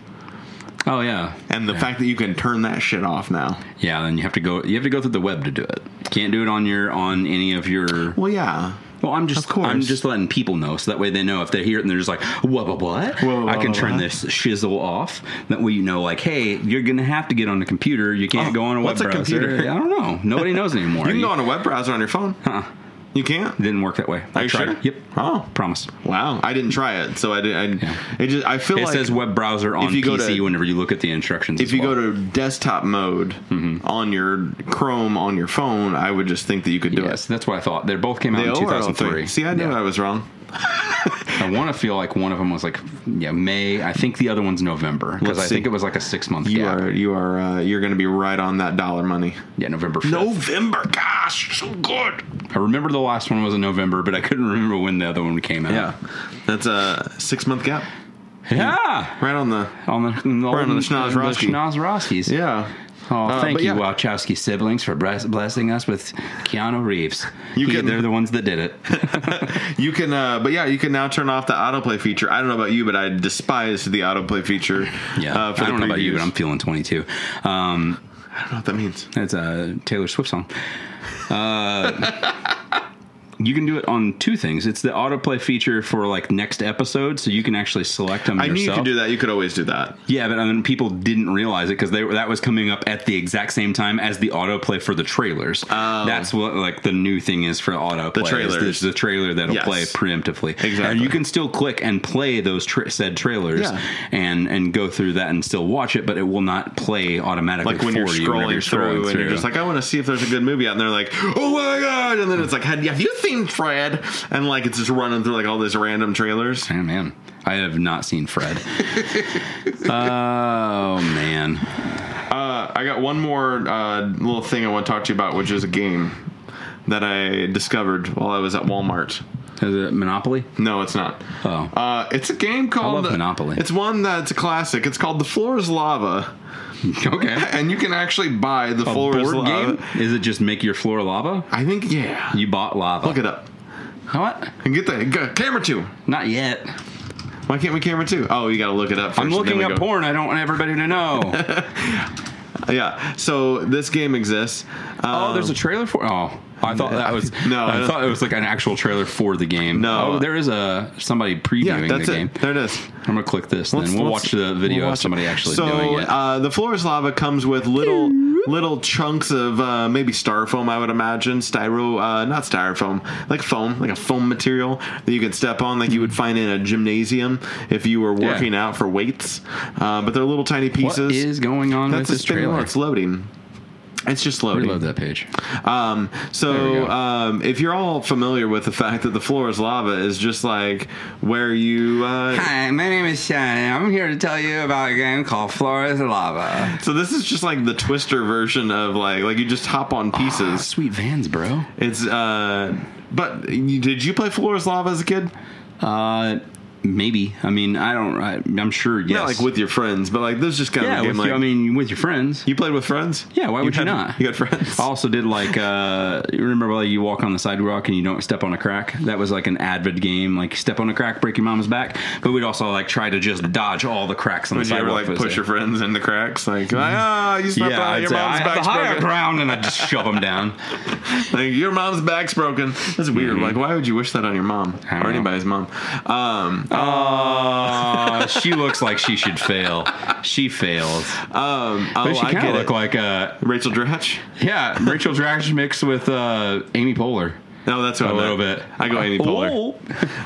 oh yeah, and the fact that you can turn that shit off now. yeah. Then you have to go. You have to go through the web to do it. Can't do it on your on any of your. Well, yeah. Well, I'm just Of course. I'm just letting people know so that way they know if they hear it and they're just like, what, what, what? Whoa, I whoa, can whoa, turn what? this shizzle off. That way you know, like, hey, you're gonna have to get on a computer. You can't Oh, go on a web what's a browser. computer? I don't know. Nobody knows anymore. You can go on a web browser on your phone. You can't. Didn't work that way. Are I you tried. sure? Yep. Oh, Promise. wow. I didn't try it, so I didn't. I, It just. I feel It like says web browser on you go PC to- whenever you look at the instructions. if you go to desktop mode Mm-hmm. on your Chrome on your phone, I would just think that you could do yes, that's what I thought. They both came it. out They in all are all 2003. three. See, I knew I was wrong. I want to feel like one of them was like, yeah, May. I think the other one's November because Let's I see. think it was like a six month You gap. are. You are. Uh, you're going to be right on that dollar money. Yeah, November. 5th. November, gosh, so good. I remember the last one was in November, but I couldn't remember when the other one came out. Yeah, that's a six month gap. Yeah. Right on the. On the, on the, on the Schnoz Roski. Roskies. Yeah. Oh, Uh, thank but you, yeah. Wachowski siblings, for bless- blessing us with Keanu Reeves. You He- can- they're the ones that did it. You can, uh, but yeah, you can now turn off the autoplay feature. I don't know about you, but I despise the autoplay feature. Yeah. uh, for I the don't know about you, previews. but I'm feeling 22. Um, I don't know what that means. It's a Taylor Swift song. Uh, you can do it on two things. It's the autoplay feature for like next episode, so you can actually select them I knew you yourself. could do that. You could always do that. Yeah, but I mean, people didn't realize it because they were- that was coming up at the exact same time as the autoplay for the trailers. Oh. That's what like the new thing is for autoplay. is trailers. there's the trailer that'll Yes. play preemptively. Exactly. And you can still click and play those tra- said trailers Yeah. and and go through that and still watch it, but it will not play automatically. like when you're for scrolling, you whenever you're through, and you're just like, I want to see if there's a good movie out, and they're like, Oh my god! And then it's like, Have you seen Fred? And like, it's just running through like all these random trailers. Oh man, I have not seen Fred. oh man, Uh, I got one more uh, little thing I want to talk to you about, which is a game that I discovered while I was at Walmart. Is it Monopoly? No, it's not. Oh. Uh, it's a game called love Monopoly. It's one that's a classic. It's called The Floor is Lava, okay. and you can actually buy The A Floor is uh, board Lava. game? Is it just make your floor lava? I think yeah. You bought lava. Look it up What? and get the go, camera two. Not yet. Why can't we camera two? Oh, you got to look it up. First I'm and then looking we up go. porn. I don't want everybody to know. Yeah. So this game exists. Uh, oh, there's a trailer for. Oh, I thought that was. No, I no. thought it was like an actual trailer for the game. No. Oh, there is a somebody previewing yeah. That's Oh, the it. game. There it is. I'm gonna click this, and Let's- then we'll let's- watch the video we'll of watch it. somebody actually so, doing it. uh, the floor is lava comes with little little chunks of uh, maybe styrofoam, I would imagine styro, uh, not styrofoam, like foam, like a foam material that you could step on, like you would find in a gymnasium if you were Hmm. Yeah. working out for weights. Uh, but they're little tiny what pieces. is going on That's with a this spinning trailer? wheel. It's loading. It's just loading. Reload that page. Um, There we so go. um, if you're all familiar with the fact that the floor is lava is just like where you. Uh, Hi, my name is Shannon. I'm here to tell you about a game called Flores Lava. so this is just like the Twister version of like like you just hop on pieces. Ah, Sweet Vans, bro. It's uh, but you, did you play floor is lava as a kid? Uh, maybe. I mean, I don't. I, I'm sure. Yes. Yeah, like with your friends, but like this is just kind yeah. of a game With like your, I mean, with your friends. you played with friends. yeah. Why would you, had- not? You got friends. I also did like uh, you remember like you walk on the sidewalk and you don't step on a crack. That was like an Advid game, like step on a crack, break your mama's back. But we'd also like try to just dodge all the cracks on Would the you ever sidewalk. like if it was push there. your friends in the cracks? Like, ah, you stepped Mm-hmm. yeah, on I'd your say, mom's I have the back's higher broken. ground, and I just shove them down. Like your mom's back's broken. That's weird. Like, why would you wish that on your mom Mm-hmm. I don't or know. anybody's mom? Um, Oh, she looks like she should fail. She failed. um, oh, But she I kind get of looked it. like uh, Rachel Dratch. yeah, Rachel Dratch mixed with uh, Amy Poehler No, that's what a I little meant. bit. I go Amy Poehler.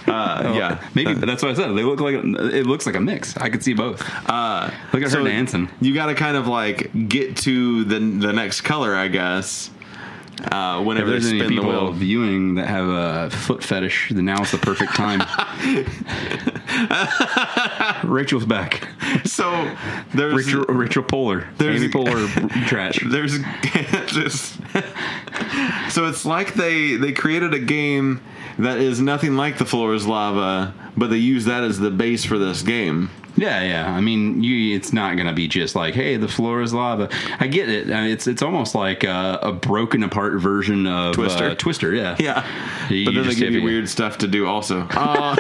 Oh. Uh, yeah, maybe but that's what I said. They look like it looks like a mix. I could see both. Uh, Look at so her dancing. You got to kind of like get to the the next color, I guess. Uh, If whenever they there's any spin the people wheel, viewing that have a foot fetish, then now's the perfect time. Rachel's back. so there's Rachel, Rachel Polar. There's- Amy Polar trash. there's just so it's like they they created a game that is nothing like the floor is lava but they use that as the base for this game Yeah, yeah. I mean, you, it's not going to be just like, hey, the floor is lava. I get it. I mean, it's it's almost like a, a broken apart version of Twister. Uh, Twister, yeah. You but then they just give have you to- weird stuff to do also uh,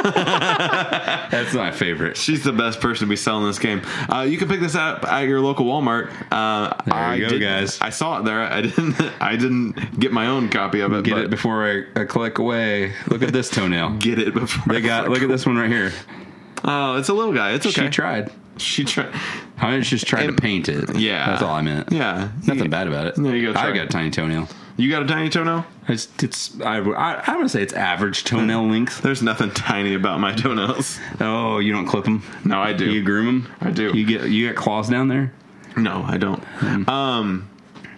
That's my favorite. she's the best person to be selling this game uh, you can pick this up at your local walmart uh, There you I go, did- guys. i saw it there i didn't i didn't get my own copy of it Get but it before I, I click away. Look at this toenail. get it before They got, look at this one right here. oh it's a little guy it's okay She tried. she tried I was just trying And- to paint it. yeah. That's all I meant. yeah Nothing bad about it. There you go, I try. got a tiny toenail. you got a tiny toenail It's, it's I, I, I would say it's average toenail length. There's nothing tiny about my toenails. Hmm. Oh, you don't clip them? No, I do. You groom them? I do. You get you got claws down there? No, I don't. Um,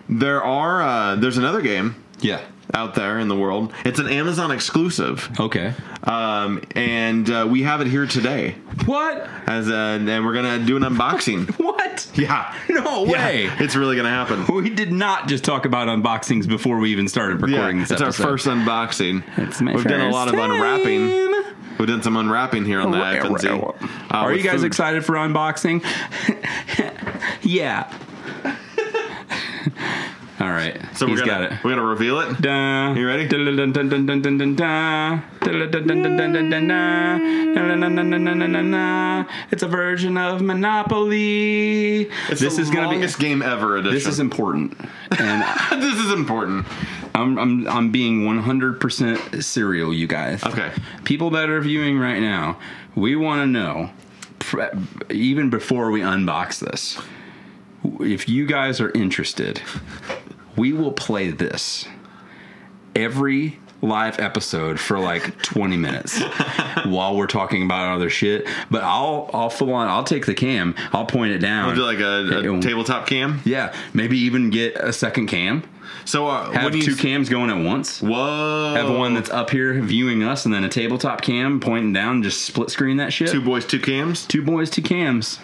there are uh, there's another game Yeah. out there in the world. It's an Amazon exclusive, Okay. um, and uh, we have it here today. What? As a, and we're gonna do an unboxing. What? Yeah. No Yeah, way. it's really gonna happen. We did not just talk about unboxings before we even started Yeah, recording it's this our episode. first unboxing. It's my We've done a first lot of unwrapping. time. We've done some unwrapping here on the FNZ. Are uh, you with guys food. excited for unboxing? yeah. All right. So we're He's gonna got it. we're gonna reveal it. Da. You ready? It's a version of Monopoly. It's this the is gonna be longest game ever edition. this is important, and this is important. I'm I'm I'm being 100% serial, you guys. Okay. People that are viewing right now, we want to know pre- even before we unbox this. If you guys are interested, we will play this every live episode for like 20 minutes while we're talking about other shit. But I'll I'll full on I'll take the cam, I'll point it down. Would you like a, a It- tabletop cam? Yeah, maybe even get a second cam. So uh, Have when you two cams going at once. Whoa! Have one that's up here viewing us, and then a tabletop cam pointing down, just split screen that shit. two boys, two cams. Two boys, two cams.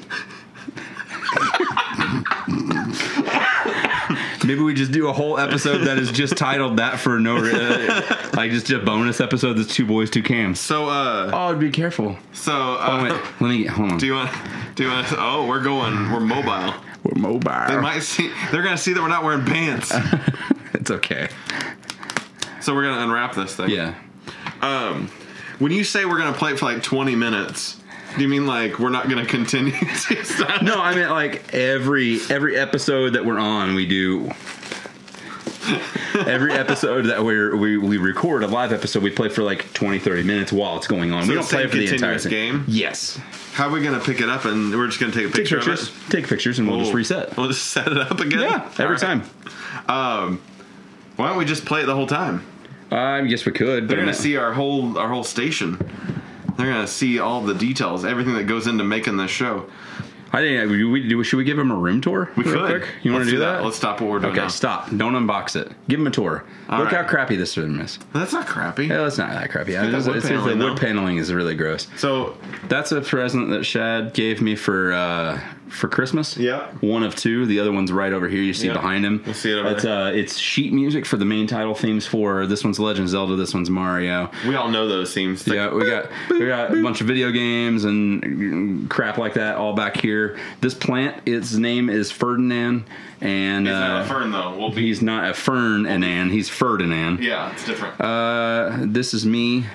Maybe we just do a whole episode that is just titled that for no re- uh, like just a bonus episode that's two boys, two cams. So, uh, Oh, be careful. so Oh, wait, uh, let me hold on. do you want? Do you want? Oh, we're going. We're mobile. We're They mobile. might see. They're gonna see that we're not wearing pants. it's okay. so we're gonna unwrap this thing. Yeah. Um, when you say we're gonna play it for like 20 minutes, do you mean like we're not gonna continue? to stop? No, I meant like every every episode that we're on, we do. every episode that we're, we we record a live episode, we play for like 20, 30 minutes while it's going on. So we don't it's play a for the entire continuous thing. game? Yes, How are we gonna pick it up and we're just gonna take a take picture pictures, of it? take pictures, and we'll just We'll- reset. We'll just set it up again. Yeah, every All right. time. Um, Why don't we just play it the whole time? I guess we could. They're gonna see our whole our whole station. They're gonna see all the details, everything that goes into making this show. I think we, we, should we give him a room tour? We real could. Quick? You want Let's to do that? Let's stop what we're doing. Okay, now. stop. Don't unbox it. Give him a tour. All Look right. how crappy this room is. That's not crappy. Yeah, it's not that crappy. It's, got it's, wood it's- the paneling, though. wood paneling is really gross. So That's a present that Shad gave me for uh, for Christmas. Yeah. One of two. The other one's right over here. You see Yeah. behind him. I see it over it's, there. Uh, it's sheet music for the main title themes for this one's Legend of Zelda, this one's Mario. we all know those themes. It's like, yeah, we got we got a bunch of video games and crap like that all back here. This plant, its name is Ferdinand, and It's not uh, a fern though. We'll be. he's not a Fernan. He's Ferdinand. Yeah, it's different. Uh, this is me.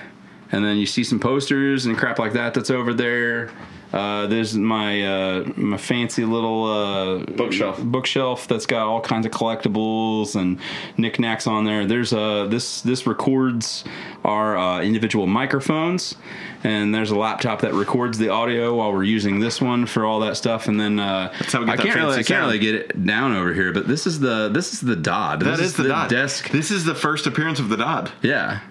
And then you see some posters and crap like that that's over there. Uh, there's my uh, my fancy little uh, Bookshelf. bookshelf that's got all kinds of collectibles and knickknacks on there. There's uh, this this records our uh, individual microphones, and there's a laptop that records the audio while we're using this one for all that stuff. And then uh, how we get I that can't really fancy I can't sound. really get it down over here, but this is the this is the Dodd. That this is the, Dodd. desk. This is the first appearance of the Dodd. Yeah.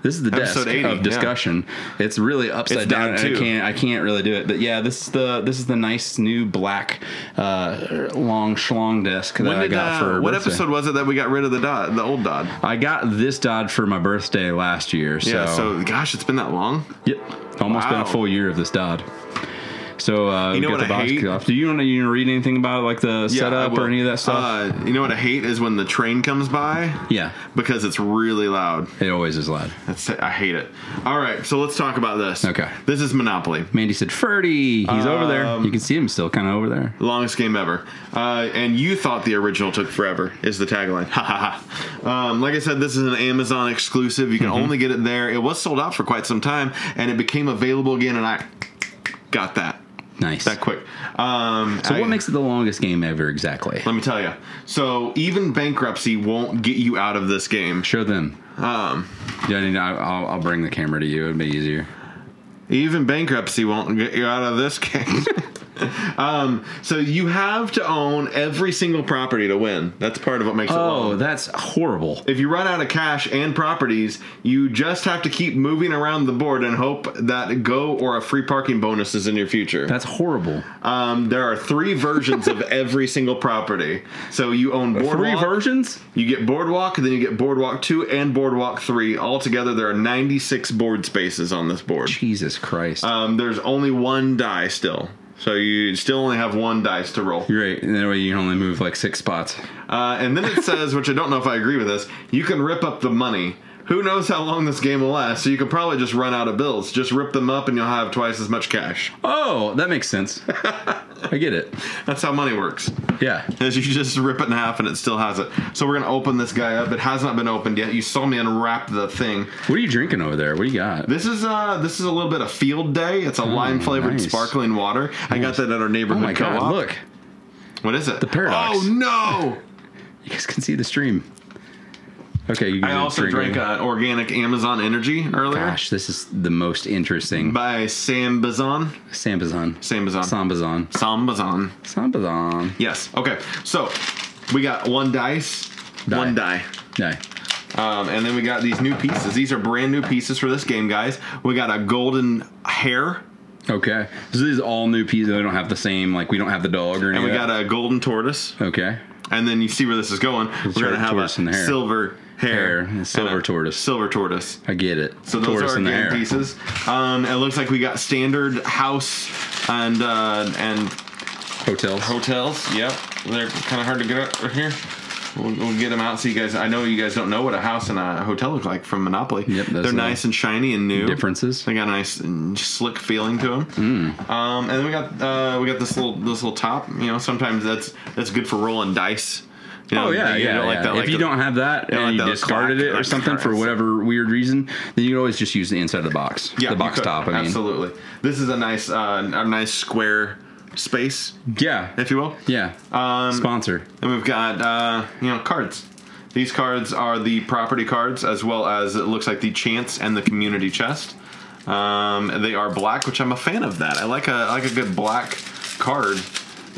This is the Episode desk 80, of discussion. It's really upside It's down. down, and too. I can't. I can't really do it. But yeah, this is the this is the nice new black uh, long schlong desk that When I did, got uh, for what birthday. episode was it that we got rid of the Dodd, the old Dodd? I got this Dodd for my birthday last year. So, Yeah. So gosh, it's been that long. yep, almost been Wow. a full year of this Dodd. So uh, You know we what got the I box hate? cut off. Do you want to you wanna read anything about like the Yeah, I setup will. or any of that stuff? Uh, you know what I hate is when the train comes by yeah, because it's really loud. it always is loud. That's I hate it. All right, so let's talk about this. Okay. This is Monopoly. Mandy said, "Ferdy, he's over there. Um, You can see him still, kind of over there." Longest game ever. Uh, and you thought the original took forever, is the tagline. Ha ha ha. Um, Like I said, this is an Amazon exclusive. You can Mm-hmm. only get it there. It was sold out for quite some time, and it became available again, and I got that. Nice. That quick. Um, So I- what makes it the longest game ever exactly? Let me tell you. So even bankruptcy won't get you out of this game. Show them. Um, Yeah, I need- I- I'll, I'll bring the camera to you. It'd be easier. Even bankruptcy won't get you out of this case. um, so you have to own every single property to win. That's part of what makes it Oh, long. that's horrible. If you run out of cash and properties, you just have to keep moving around the board and hope that go or a free parking bonus is in your future. That's horrible. Um, there are three versions of every single property. So you own boardwalk. Three versions? You get Boardwalk, then you get Boardwalk 2 and Boardwalk 3. Altogether, there are 96 board spaces on this board. Jesus Christ. Um, there's only one die still. So you still only have one dice to roll. You're right. And that way you can only move like six spots. Uh, and then it says, which I don't know if I agree with this, you can rip up the money. Who knows how long this game will last? So you could probably just run out of bills. Just rip them up and you'll have twice as much cash. Oh, that makes sense. I get it. That's how money works. Yeah. Is you just rip it in half and it still has it. So we're gonna open this guy up. It has not been opened yet. You saw me unwrap the thing. What are you drinking over there? What do you got? This is uh this is a little bit of field day. It's a lime flavored nice. sparkling water. I got that at our Oh neighborhood. my god, co-op. look. What is it? The Paradox. Oh no! You guys can see the stream. Okay, you can I just also drink drank it. uh, organic Amazon Energy earlier Gosh, this is the most interesting. by Sam Bazan. Sambazon. Sam Bazan. Sambazon. Sam Bazan. Sambazon. Yes. Okay. So we got one dice, Die. one die. Yeah. Um, and then we got these new pieces. These are brand new pieces for this game, guys. We got a golden hair, Okay. So these is all new pieces. They don't have the same, like, we don't have the dog or and anything. we got a golden tortoise. Okay. And then you see where this is going. We're right, gonna have a tortoise and the hair. silver hair, Hair and silver and a tortoise. silver tortoise. I get it. So those Tortoise are our in the game hair. pieces. Um, it looks like we got standard house and uh, and Hotels. hotels. Yep, they're kind of hard to get up right here. We'll, we'll get them out so you guys. I know you guys don't know what a house and a hotel look like from Monopoly. Yep, that's they're the nice and shiny and new. differences. Hmm. They got a nice mm, slick feeling to them. Um, and then we got uh, we got this little this little top. You know, sometimes that's that's good for rolling dice. You know, Oh yeah, you yeah. don't yeah. that, if you don't have that Yeah, and like you the discarded clock- it or like something for currency. whatever weird reason, then you can always just use the inside of the box, yeah, the you box could. top. I mean, absolutely. This is a nice uh, a nice square space, yeah, if you will. yeah. Um, Sponsor. And we've got uh, you know cards. These cards are the property cards, as well as it looks like the chance and the community chest. Um, and they are black, which I'm a fan of. That I like a I like a good black card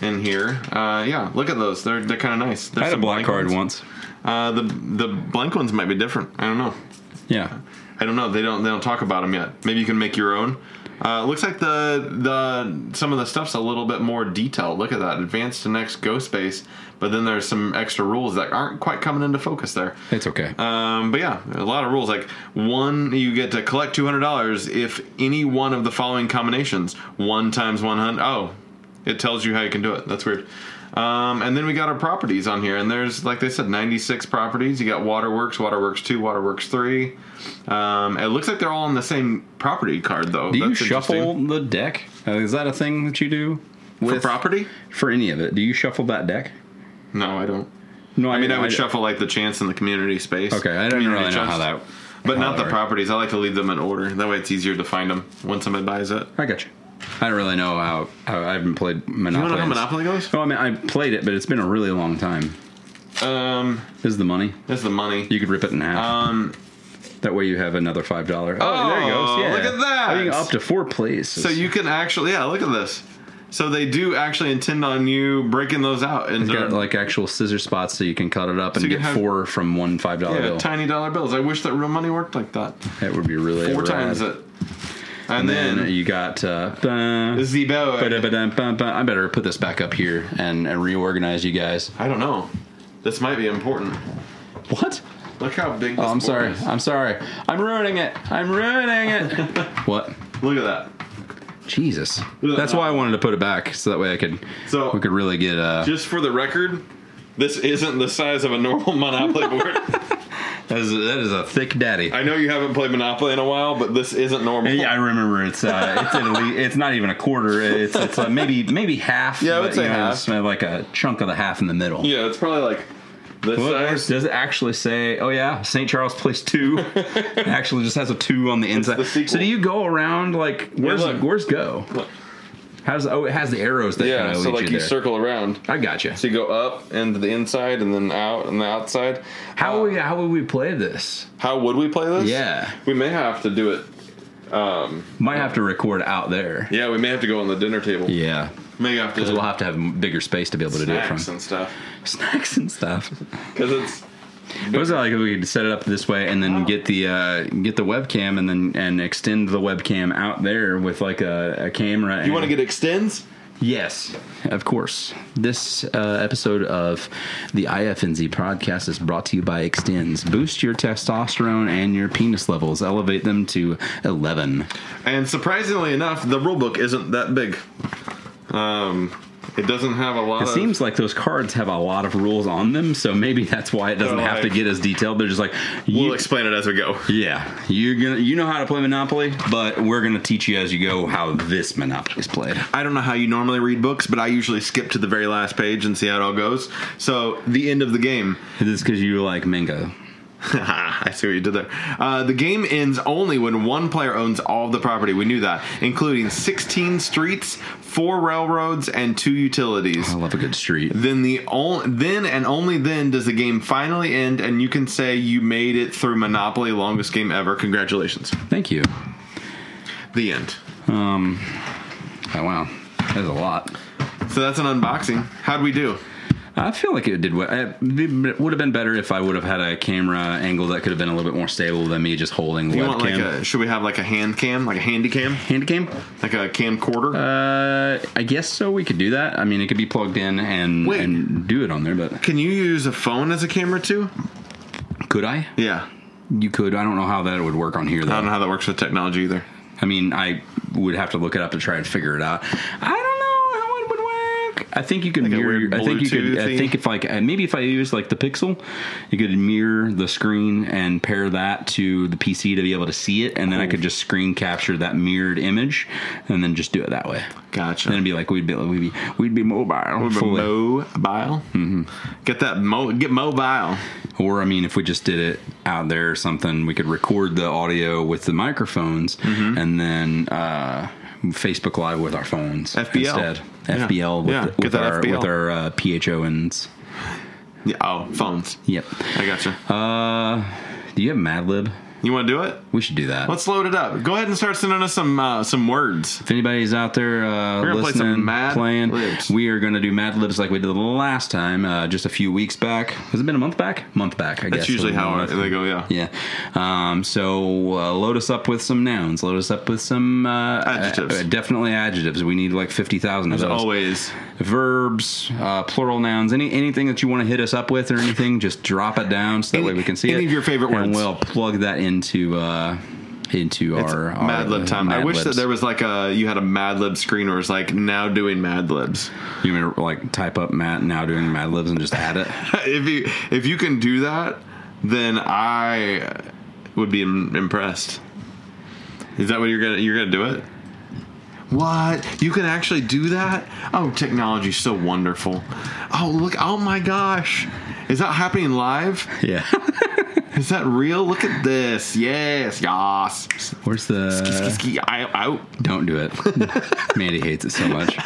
in here. Uh, yeah, look at those. They're they're kind of nice. I There's had a some black blank card once. ones. Uh, the the blank ones might be different. I don't know. Yeah. I don't know. They don't they don't talk about them yet. Maybe you can make your own. Uh, looks like the the some of the stuff's a little bit more detailed. Look at that, advanced to next ghost base, but then there's some extra rules that aren't quite coming into focus there. It's okay. Um, but yeah, a lot of rules. Like one, you get to collect two hundred dollars if any one of the following combinations: one times one hundred. Oh, it tells you how you can do it. That's weird. Um, and then we got our properties on here, and there's like they said, ninety six properties. You got Waterworks, Waterworks two, Waterworks three. Um, it looks like they're all on the same property card though. do you That's shuffle interesting. the deck? Uh, Is that a thing that you do for property? for any of it? Do you shuffle that deck? No, I don't. No, I mean, I would d- shuffle like the chance in the community space. Okay, I don't Community really know chest. how that. But how not that the works. properties. I like to leave them in order. That way, it's easier to find them when somebody buys it. I got you. I don't really know how, how I haven't played You want Monopoly. to know how Monopoly goes? Oh, I mean, I played it, but it's been a really long time. Um, Is the money? that's the money. You could rip it in half. Um, that way you have another five dollar. Oh, there you Oh, go. Yeah. look at that. I think up to four places. so you can actually, yeah, look at this. So they do actually intend on you breaking those out and It's got like actual scissor spots, so you can cut it up and you get can have- four from one five dollar yeah, bill. tiny dollar bills. I wish that real money worked like that. that would be really Four rad. times it. And, And then, then you got. Uh, bah, Zebo. ba-da-ba-dum-bum-bum. I better put this back up here and, and reorganize you guys. I don't know. This might be important. What? Look how big. This Oh, I'm board sorry. is. I'm sorry. I'm ruining it. I'm ruining it. what? Look at that. Jesus. Look at That's that. why I wanted to put it back so that way I could. So- we could really get. Uh, Just for the record, this isn't the size of a normal Monopoly board. that, is, that is a thick daddy. I know you haven't played Monopoly in a while, but this isn't normal. Yeah, I remember it's uh, it's, at least, it's not even a quarter. It's it's uh, maybe maybe half. Yeah, I would but, say you know, half. it's uh, like a chunk of the half in the middle. Yeah, it's probably like this What- size. does it actually say? Oh yeah, St. Charles Place Two. it actually just has a two on the inside. the sequel. so do you go around like where's look. where's go? Look. How's oh it has the arrows that Yeah, kind of so lead like you, you, there. circle around. I got you. So you go up and to the inside and then out and the outside. How would we, how would we play this? How would we play uh, this? Yeah, We may have to do it. might have to record out there. Yeah, we may have to go on the dinner table. Yeah, May have to because we'll have to have bigger space to be able to do it snacks from. and stuff. Snacks and stuff. Because it's It was like if we could set it up this way and then get the uh, get the webcam and then and extend the webcam out there with like a, a camera. you want to get extends. yes, of course. This uh, episode of the IFNZ podcast is brought to you by Extends. Boost your testosterone and your penis levels. Elevate them to eleven. And surprisingly enough, the rulebook isn't that big. Um, it doesn't have a lot. It of, seems like those cards have a lot of rules on them, so maybe that's why it doesn't They're have to like- get as detailed. They're just like We'll you, explain it as we go. Yeah, you're gonna you know how to play Monopoly, but we're gonna teach you as you go how this Monopoly is played. I don't know how you normally read books, but I usually skip to the very last page and see how it all goes. So the end of the game. This is because you like Mingo. I see what you did there. Uh, the game ends only when one player owns all of the property. We knew that, including 16 streets, four railroads, and two utilities. I love a good street. Then the only then and only then does the game finally end, and you can say you made it through Monopoly, longest game ever. Congratulations. Thank you. The end. Oh wow, that's a lot. So that's an unboxing. How'd we do? I feel like it did. we- It would have been better if I would have had a camera angle that could have been a little bit more stable than me just holding the You webcam. want like a? Should we have like a hand cam, like a handy cam, hand cam? like a camcorder? Uh, I guess so. We could do that. I mean, it could be plugged in and Wait. and do it on there. But Can you use a phone as a camera too? could I? Yeah. You could. I don't know how that would work on here though. I don't know how that works with technology either. I mean, I would have to look it up to try and figure it out. I don't know how it would work. fuck. I think you can a mirror. weird I think you could. Bluetooth I think if like uh, maybe if I use like the Pixel, you could mirror the screen and pair that to the PC to be able to see it, and then I could just screen capture that mirrored image, and then just do it that way. Gotcha. Then it'd be like we'd be we'd be we'd be mobile. fully. Mm-hmm. Mobile. Get that mo. Get mobile. Or I mean, if we just did it out there or something, we could record the audio with the microphones Mm-hmm. and then uh, Facebook Live with our phones FBL. instead. Yeah. FBL with, Yeah, get with that our FBL. with our uh, PHONs. Yeah, oh, phones. Yep. I gotcha. Uh, do you have Mad Lib? you want to do it? We should do that. Let's load it up. Go ahead and start sending us some uh, some words. if anybody's out there uh, We're gonna play listening, some Mad playing, Libs. we are going to do Mad Libs like we did the last time, uh, just a few weeks back. Has it been a month back? Month back, I guess. That's usually was the how I, last they go. Yeah. Yeah. Um, so uh, load us up with some nouns. Load us up with some uh, Adjectives. uh, definitely adjectives. We need like fifty thousand of As those. always. Verbs, uh, plural nouns, any anything that you want to hit us up with or anything, just drop it down so that Any- way we can see any it. of your favorite and words. we'll plug that into uh, into our, our Mad Lib time. I Mad wish that Libs. there was like a you had a Mad Lib screen where it's like now doing Mad Libs. You mean like type up Matt now doing Mad Libs and just add it? if you if you can do that, then I would be im- impressed. Is that what you're gonna you're gonna do it? What you can actually do that? Oh, technology's so wonderful. Oh look! Oh my gosh, is that happening live? Yeah. Is that real? Look at this. Yes, yes. Where's the? Ski, I, I, Don't do it. Mandy hates it so much.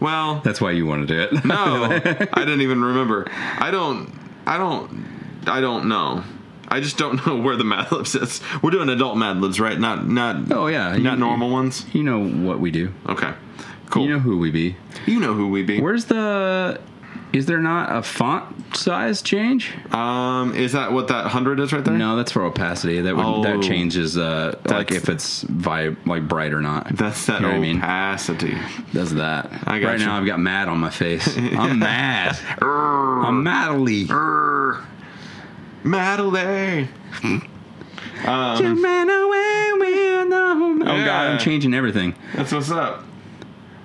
well, That's why you want to do it. no, I didn't even remember. I don't. I don't. I don't know. I just don't know where the Mad Libs is. We're doing adult Mad Libs, right? Not not. Oh, yeah. not You- normal ones. You know what we do. Okay, cool. You know who we be. who we be. Where's the? Is there not a font size change? Um, is that what that hundred is right there? No, that's for opacity. That would Oh. that changes uh, like That's- if it's vi- like bright or not. That's that You know what I mean? opacity. That's that. I got right you. now, I've got mad on my face. I'm mad. I'm madly. Err. Madeline. You ran away with no- Oh God, Um, Yeah. I'm changing everything. That's what's up.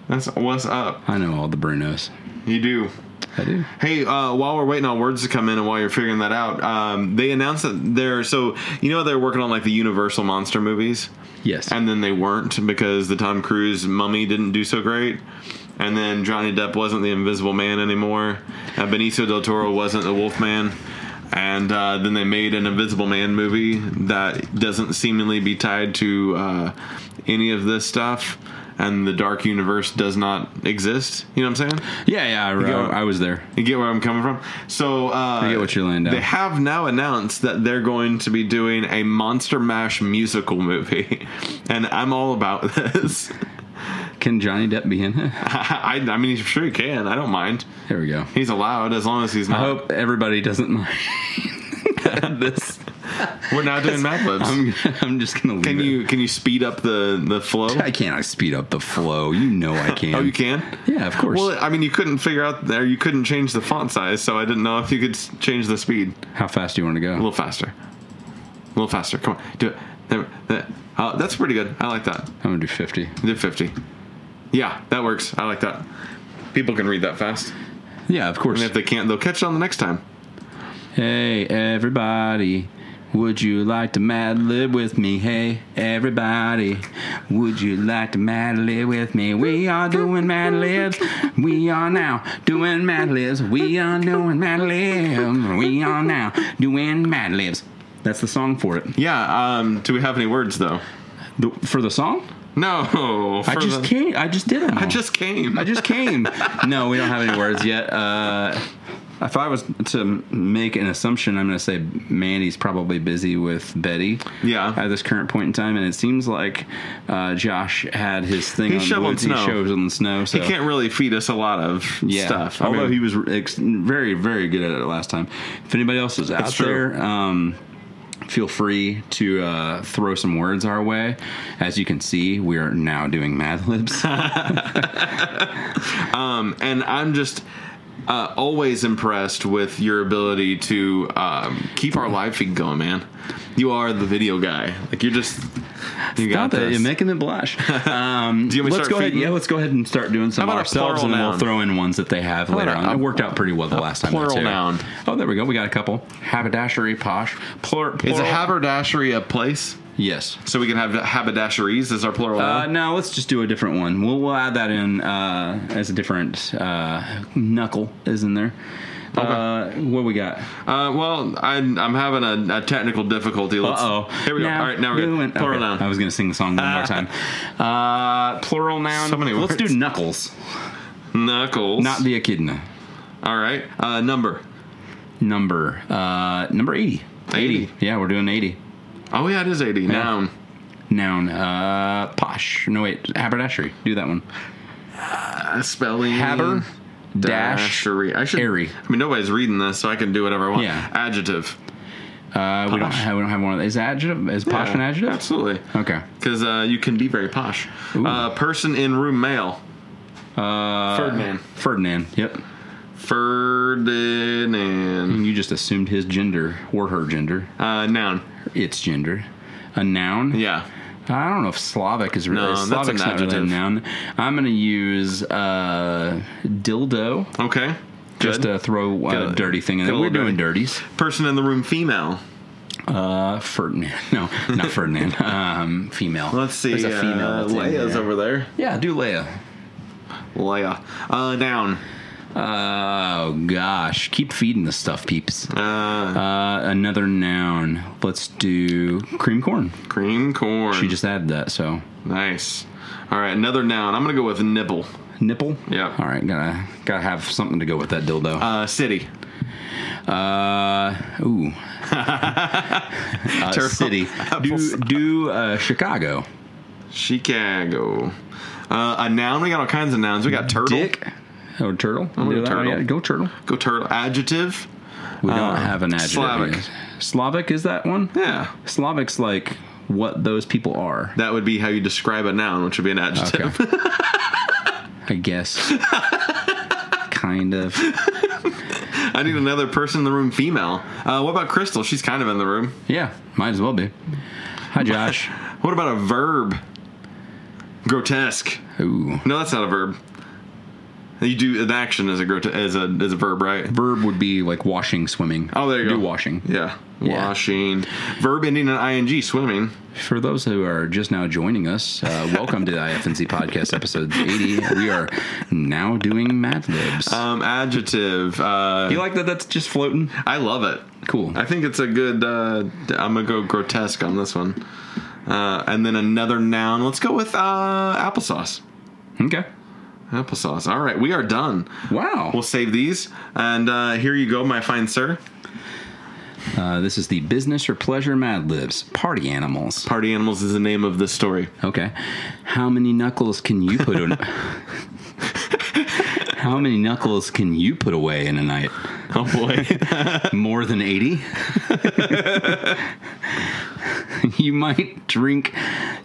That's what's up. I know all the Brunos. You do. I do. Hey, uh, while we're waiting on words to come in and while you're figuring that out, um, they announced that they're so you know they're working on like the Universal monster movies, Yes. and then they weren't because the Tom Cruise Mummy didn't do so great, and then Johnny Depp wasn't the Invisible Man anymore, and Benicio del Toro wasn't the Wolf Man, and uh, then they made an Invisible Man movie that doesn't seemingly be tied to uh, any of this stuff, and the Dark Universe does not exist. You know what I'm saying? yeah, yeah. I, uh, go- I, I was there. You get where I'm coming from. So uh, I get what you're laying down. They have now announced that they're going to be doing a Monster Mash musical movie, and I'm all about this. Can Johnny Depp be in? it? I, I mean, sure he can. I don't mind. There we go. He's allowed as long as he's I not. hope everybody doesn't mind this. We're not doing Mad Libs. I'm, I'm just gonna leave can it. you can you speed up the the flow? I can't. I speed up the flow. You know I can. Oh, you can. Yeah, of course. Well, I mean, you couldn't figure out there. You couldn't change the font size, so I didn't know if you could s- change the speed. How fast do you want to go? A little faster. A little faster. Come on, do it. There- there. Uh, that's pretty good. I like that. I'm gonna do 50. Did 50. Yeah, that works. I like that. People can read that fast. Yeah, of course. And if they can't, they'll catch it on the next time. Hey, everybody. Would you like to Mad Lib with me? Hey, everybody. Would you like to Mad Lib with me? We are doing Mad Libs. We are now doing Mad Libs. We are doing Mad Libs. We are now doing Mad Libs. That's the song for it. Yeah, um, do we have any words, though? The- for the song? No. I for just the- came. I just did it. I just came. I just came. no, we don't have any words yet. Uh, if I was to make an assumption, I'm going to say Mandy's probably busy with Betty. Yeah. At this current point in time, and it seems like uh, Josh had his thing He's on shoveling woods. snow. He shows on the snow. So He can't really feed us a lot of yeah. stuff. I Although mean, he was ex- very, very good at it last time. If anybody else is out That's true. there, um, feel free to uh, throw some words our way. As you can see, we are now doing Mad Libs. and I'm just uh, always impressed with your ability to um, keep our live feed going, man. You are the video guy. Like you're just you got Stop it. this. You're making me blush. Um, Do you want let's me to start go ahead. feeding? Yeah, let's go ahead and start doing some about a ourselves, plural and then we'll noun? throw in ones that they have later about on. a- It worked out pretty well the last time. though, plural too. noun? Oh, there we go. We got a couple. Haberdashery, posh. Plur, plural. Is a haberdashery a place? Yes. So we can have haberdasheries as our plural Uh, noun. no, let's just do a different one. We'll, we'll add that in uh, as a different uh, knuckle is in there. Uh, what we got? Uh, well, I'm, I'm having a, a technical difficulty. Uh Let's, oh. Here we go. All right, now we're good. Plural noun. I was going to sing the song one more time. Uh, plural noun. So many Let's words. do knuckles, Knuckles. not the echidna. All right. Uh, number. Number uh, number eighty. 80. Yeah, we're doing eighty. Oh yeah, it is eighty. Noun. Noun. Uh, posh. No wait. Haberdashery. Do that one. Uh, spelling. Haber. Dash. Dashery. I should. Airy. I mean, nobody's reading this, so I can do whatever I want. Yeah. Adjective. Uh, we don't Posh. have we don't have one of those. Is adjective is posh Yeah, an adjective? Absolutely. Okay. Because uh, you can be very posh. Ooh. Uh, person in room male. Uh, Ferdinand. Ferdinand. Yep. Ferdinand. You just assumed his gender or her gender. Uh, noun. Its gender. A noun. Yeah. I don't know if Slavic is really No, that's Slavic's an not really a adjective. noun. I'm gonna use uh, dildo Okay. just Good. to throw Get a a- dirty thing in get there. a We're little doing dirties. person in the room female. Uh, Ferdinand. No, not Ferdinand. Um, female. Let's see. There's a female. uh, that's in Leia's there. over there. Yeah, do Leia. Leia. Uh, noun. Oh gosh, keep feeding the stuff, peeps. Uh, Uh, another noun. Let's do cream corn. cream corn. She just added that, so nice. All right, another noun. I'm gonna go with nibble. nipple. Yep. All right, gotta gotta have something to go with that dildo. Uh, city. Uh, ooh. uh, city. Do do uh, Chicago. Chicago. Uh, a noun. We got all kinds of nouns. We got turtle. Dick. Oh, turtle. gonna Do go that one, turtle. yeah, go turtle. Go turtle. Adjective. We don't Uh, have an adjective. Slavic. yet. Slavic is that one? Yeah. Slavic's like what those people are. That would be how you describe a noun, which would be an Okay. adjective. I guess. kind of. I need another person in the room, female. Uh, what about Crystal? She's kind of in the room. Yeah, might as well be. Hi, Josh. What about a verb? Grotesque. Ooh. No, that's not a verb. You do an action as a grote- as a as a verb, right? Verb would be like washing, swimming. Oh, there you go. Do washing. Yeah. Yeah. Washing. Verb ending in ing, swimming. For those who are just now joining us, uh, welcome to the IFNC podcast episode 80. We are now doing Mad Libs. Um, adjective. Uh, Uh, you like that? That's just floating. I love it. Cool. I think it's a good. Uh, I'm gonna go grotesque on this one. Uh, and then another noun. Let's go with uh, applesauce. Okay. Applesauce. All right, we are done. Wow. We'll save these, and uh, here you go, my fine sir. Uh, this is the business or pleasure Mad Libs party animals. Party animals is the name of this story. Okay. How many knuckles can you put on? How many knuckles can you put away in a night? Oh boy. More than 80? you might drink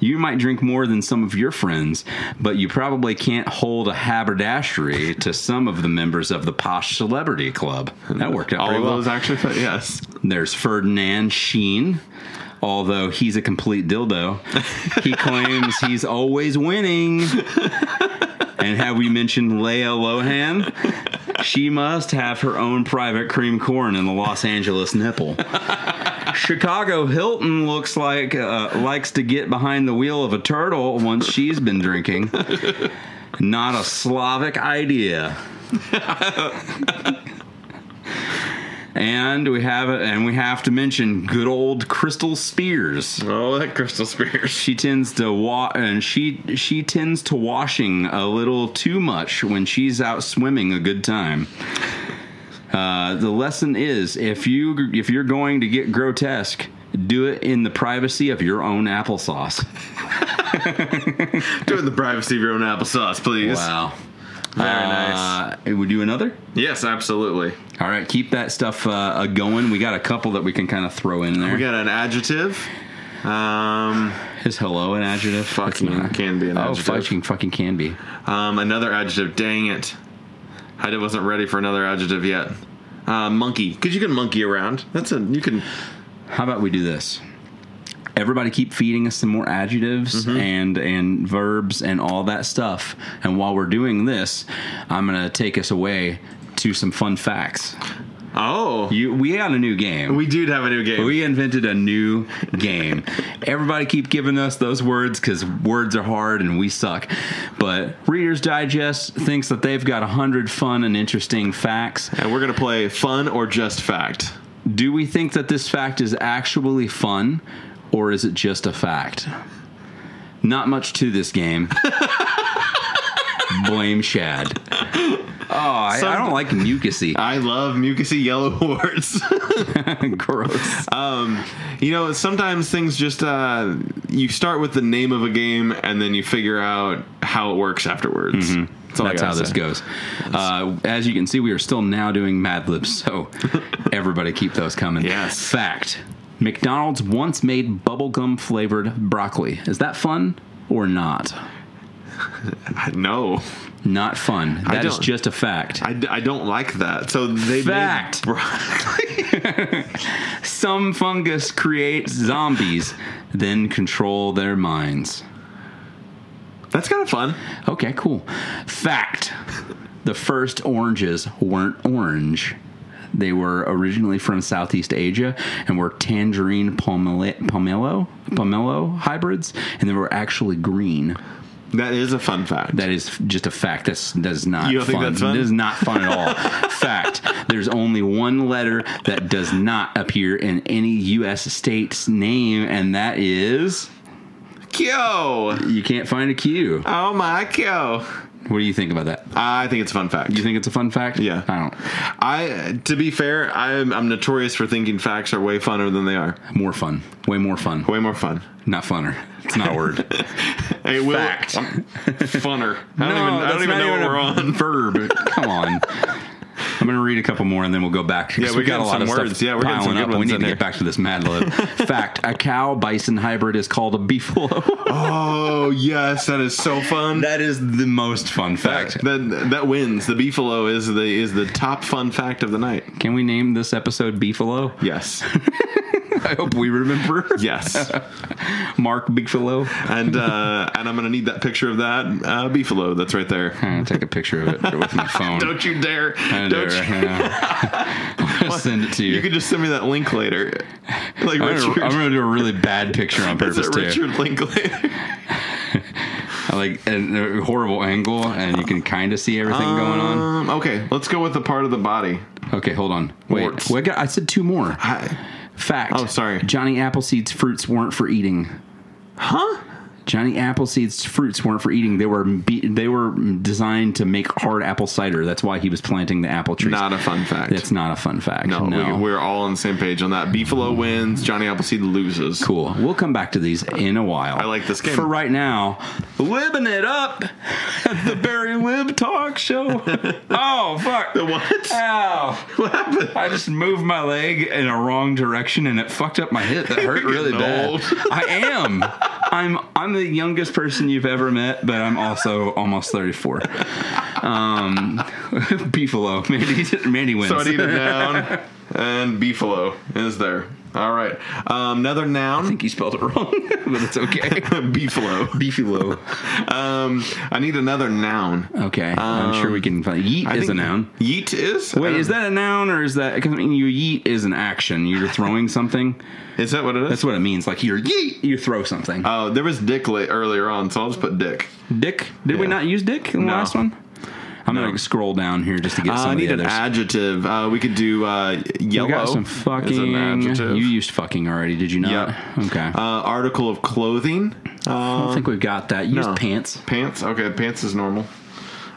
you might drink more than some of your friends, but you probably can't hold a haberdashery to some of the members of the posh celebrity club. That worked out All pretty of well. those actually. Yes. There's Ferdinand Sheen. Although he's a complete dildo, he claims he's always winning. And have we mentioned Leia Lohan? She must have her own private cream corn in the Los Angeles nipple. Chicago Hilton looks like uh, likes to get behind the wheel of a turtle once she's been drinking. Not a Slavic idea. And we have it, and we have to mention good old Crystal Spears. Oh, that crystal spears. She tends to wa- and she she tends to washing a little too much when she's out swimming a good time. Uh, the lesson is if you if you're going to get grotesque, do it in the privacy of your own applesauce. Do it in the privacy of your own applesauce, please. Wow, Very nice. Uh, would you another? Yes, absolutely. All right, keep that stuff uh, uh, going. We got a couple that we can kind of throw in there. We got an adjective. Um, Is hello an adjective? Fucking It's not. can be an oh, adjective. fucking fucking can be. um, another adjective. Dang it. I wasn't ready for another adjective yet. Uh, monkey, because you can monkey around. That's a you can. How about we do this? Everybody keep feeding us some more adjectives and and verbs and all that stuff. And while we're doing this, I'm gonna take us away to some fun facts. Oh, You, we got a new game. we do have a new game. We invented a new game. Everybody keep giving us those words because words are hard and we suck. But Reader's Digest thinks that they've got a hundred fun and interesting facts. and we're gonna play fun or just fact. Do we think that this fact is actually fun or is it just a fact? Not much to this game. Blame Shad. Oh, I, I don't like mucusy. I love mucusy yellow words. Gross. um, you know, sometimes things just uh, you start with the name of a game and then you figure out how it works afterwards. Mm-hmm. That's, all I That's how gotta this say. goes. Uh, as you can see, we are still now doing Mad Libs, so everybody keep those coming. Yes. Fact McDonald's once made bubblegum flavored broccoli. Is that fun or not? I, no, Not fun. That is don't- just a fact. I, d- I don't like that. So they Fact. Made broccoli. Some fungus creates zombies, then control their minds. That's kind of fun. Okay, cool. Fact the first oranges weren't orange. They were originally from Southeast Asia and were tangerine pomelo, pomelo, pomelo hybrids, and they were actually green. That is a fun fact. That is just a fact. That's that is not You don't fun. think that's fun? That is not fun at all. fact. There's only one letter that does not appear in any U.S. state's name, and that is Kyo. you can't find a Q. Oh my Kyo. What do you think about that? I think it's a fun fact. You think it's a fun fact? Yeah. I don't. I to be fair, I'm I'm notorious for thinking facts are way funner than they are. More fun. Way more fun. Way more fun. Not funner. It's not a word. Hey, Will, Fact. I'm- funner. I don't No, even I that's don't even not know what even a we're on. Verb. Come on. I'm gonna read a couple more and then we'll go back. 'cause Yeah, we got some words. Stuff Yeah, we're getting some piling good up. ones We need in to here. get back to this Mad Lib. Fact: A cow bison hybrid is called a beefalo. Oh yes, that is so fun. that is the most fun That, fact. that that wins. The beefalo is the is the top fun fact of the night. Can we name this episode Beefalo? Yes, I hope we remember. yes. Mark Beefalo. And uh, and I'm gonna need that picture of that uh, beefalo that's right there. I'm gonna take a picture of it with my phone. Don't you dare! I Don't dare, you? yeah. I'm gonna send it to you. You could just send me that link later, like I'm Richard. gonna, I'm gonna do a really bad picture on Is purpose it too. Richard Linklater? I like a horrible angle, and you can kind of see everything going on. Um, okay, let's go with the part of the body. Okay, hold on. Wait, warts. wait, I said two more. I, Fact. Oh, sorry. Johnny Appleseed's fruits weren't for eating. huh? Johnny Appleseed's fruits weren't for eating. They were be- they were designed to make hard apple cider. That's why he was planting the apple trees. Not a fun fact. That's not a fun fact. no, No. We, we're all on the same page on that. Beefalo wins. Johnny Appleseed loses. cool. We'll come back to these in a while. I like this game. For right now, living it up at the Barry Lib Talk Show. oh fuck! The what? Ow! What happened? I just moved my leg in a wrong direction and it fucked up my hip. That hurt You're really getting bad. old. I am. I'm I'm the youngest person you've ever met, but I'm also almost 34. Um, beefalo. Mandy, Mandy wins. So I need a noun, and beefalo is there. All right. Um, another I noun. think you spelled it wrong, but it's okay. Beefalo. Beefalo. Um, I need another noun. Okay, I'm sure we can find. Yeet Um, I is a think noun. Yeet is. Um, I Wait, don't- is that a noun or is that? Because I mean, your yeet is an action. You're throwing something. is that what it is? That's what it means. Like your yeet, you throw something. Oh, there was dick late earlier on, so I'll just put dick. Dick? Did we Yeah. not use Dick in the No. last one? I'm gonna scroll down here just to get Uh, some I of need the an others. adjective. Uh, we could do uh, we yellow. got some is an fucking. adjective. You used fucking already, did you not? Yep. Okay. Uh, article of clothing. I Uh, don't think we've got that. You no. used pants. pants. Okay, pants is normal.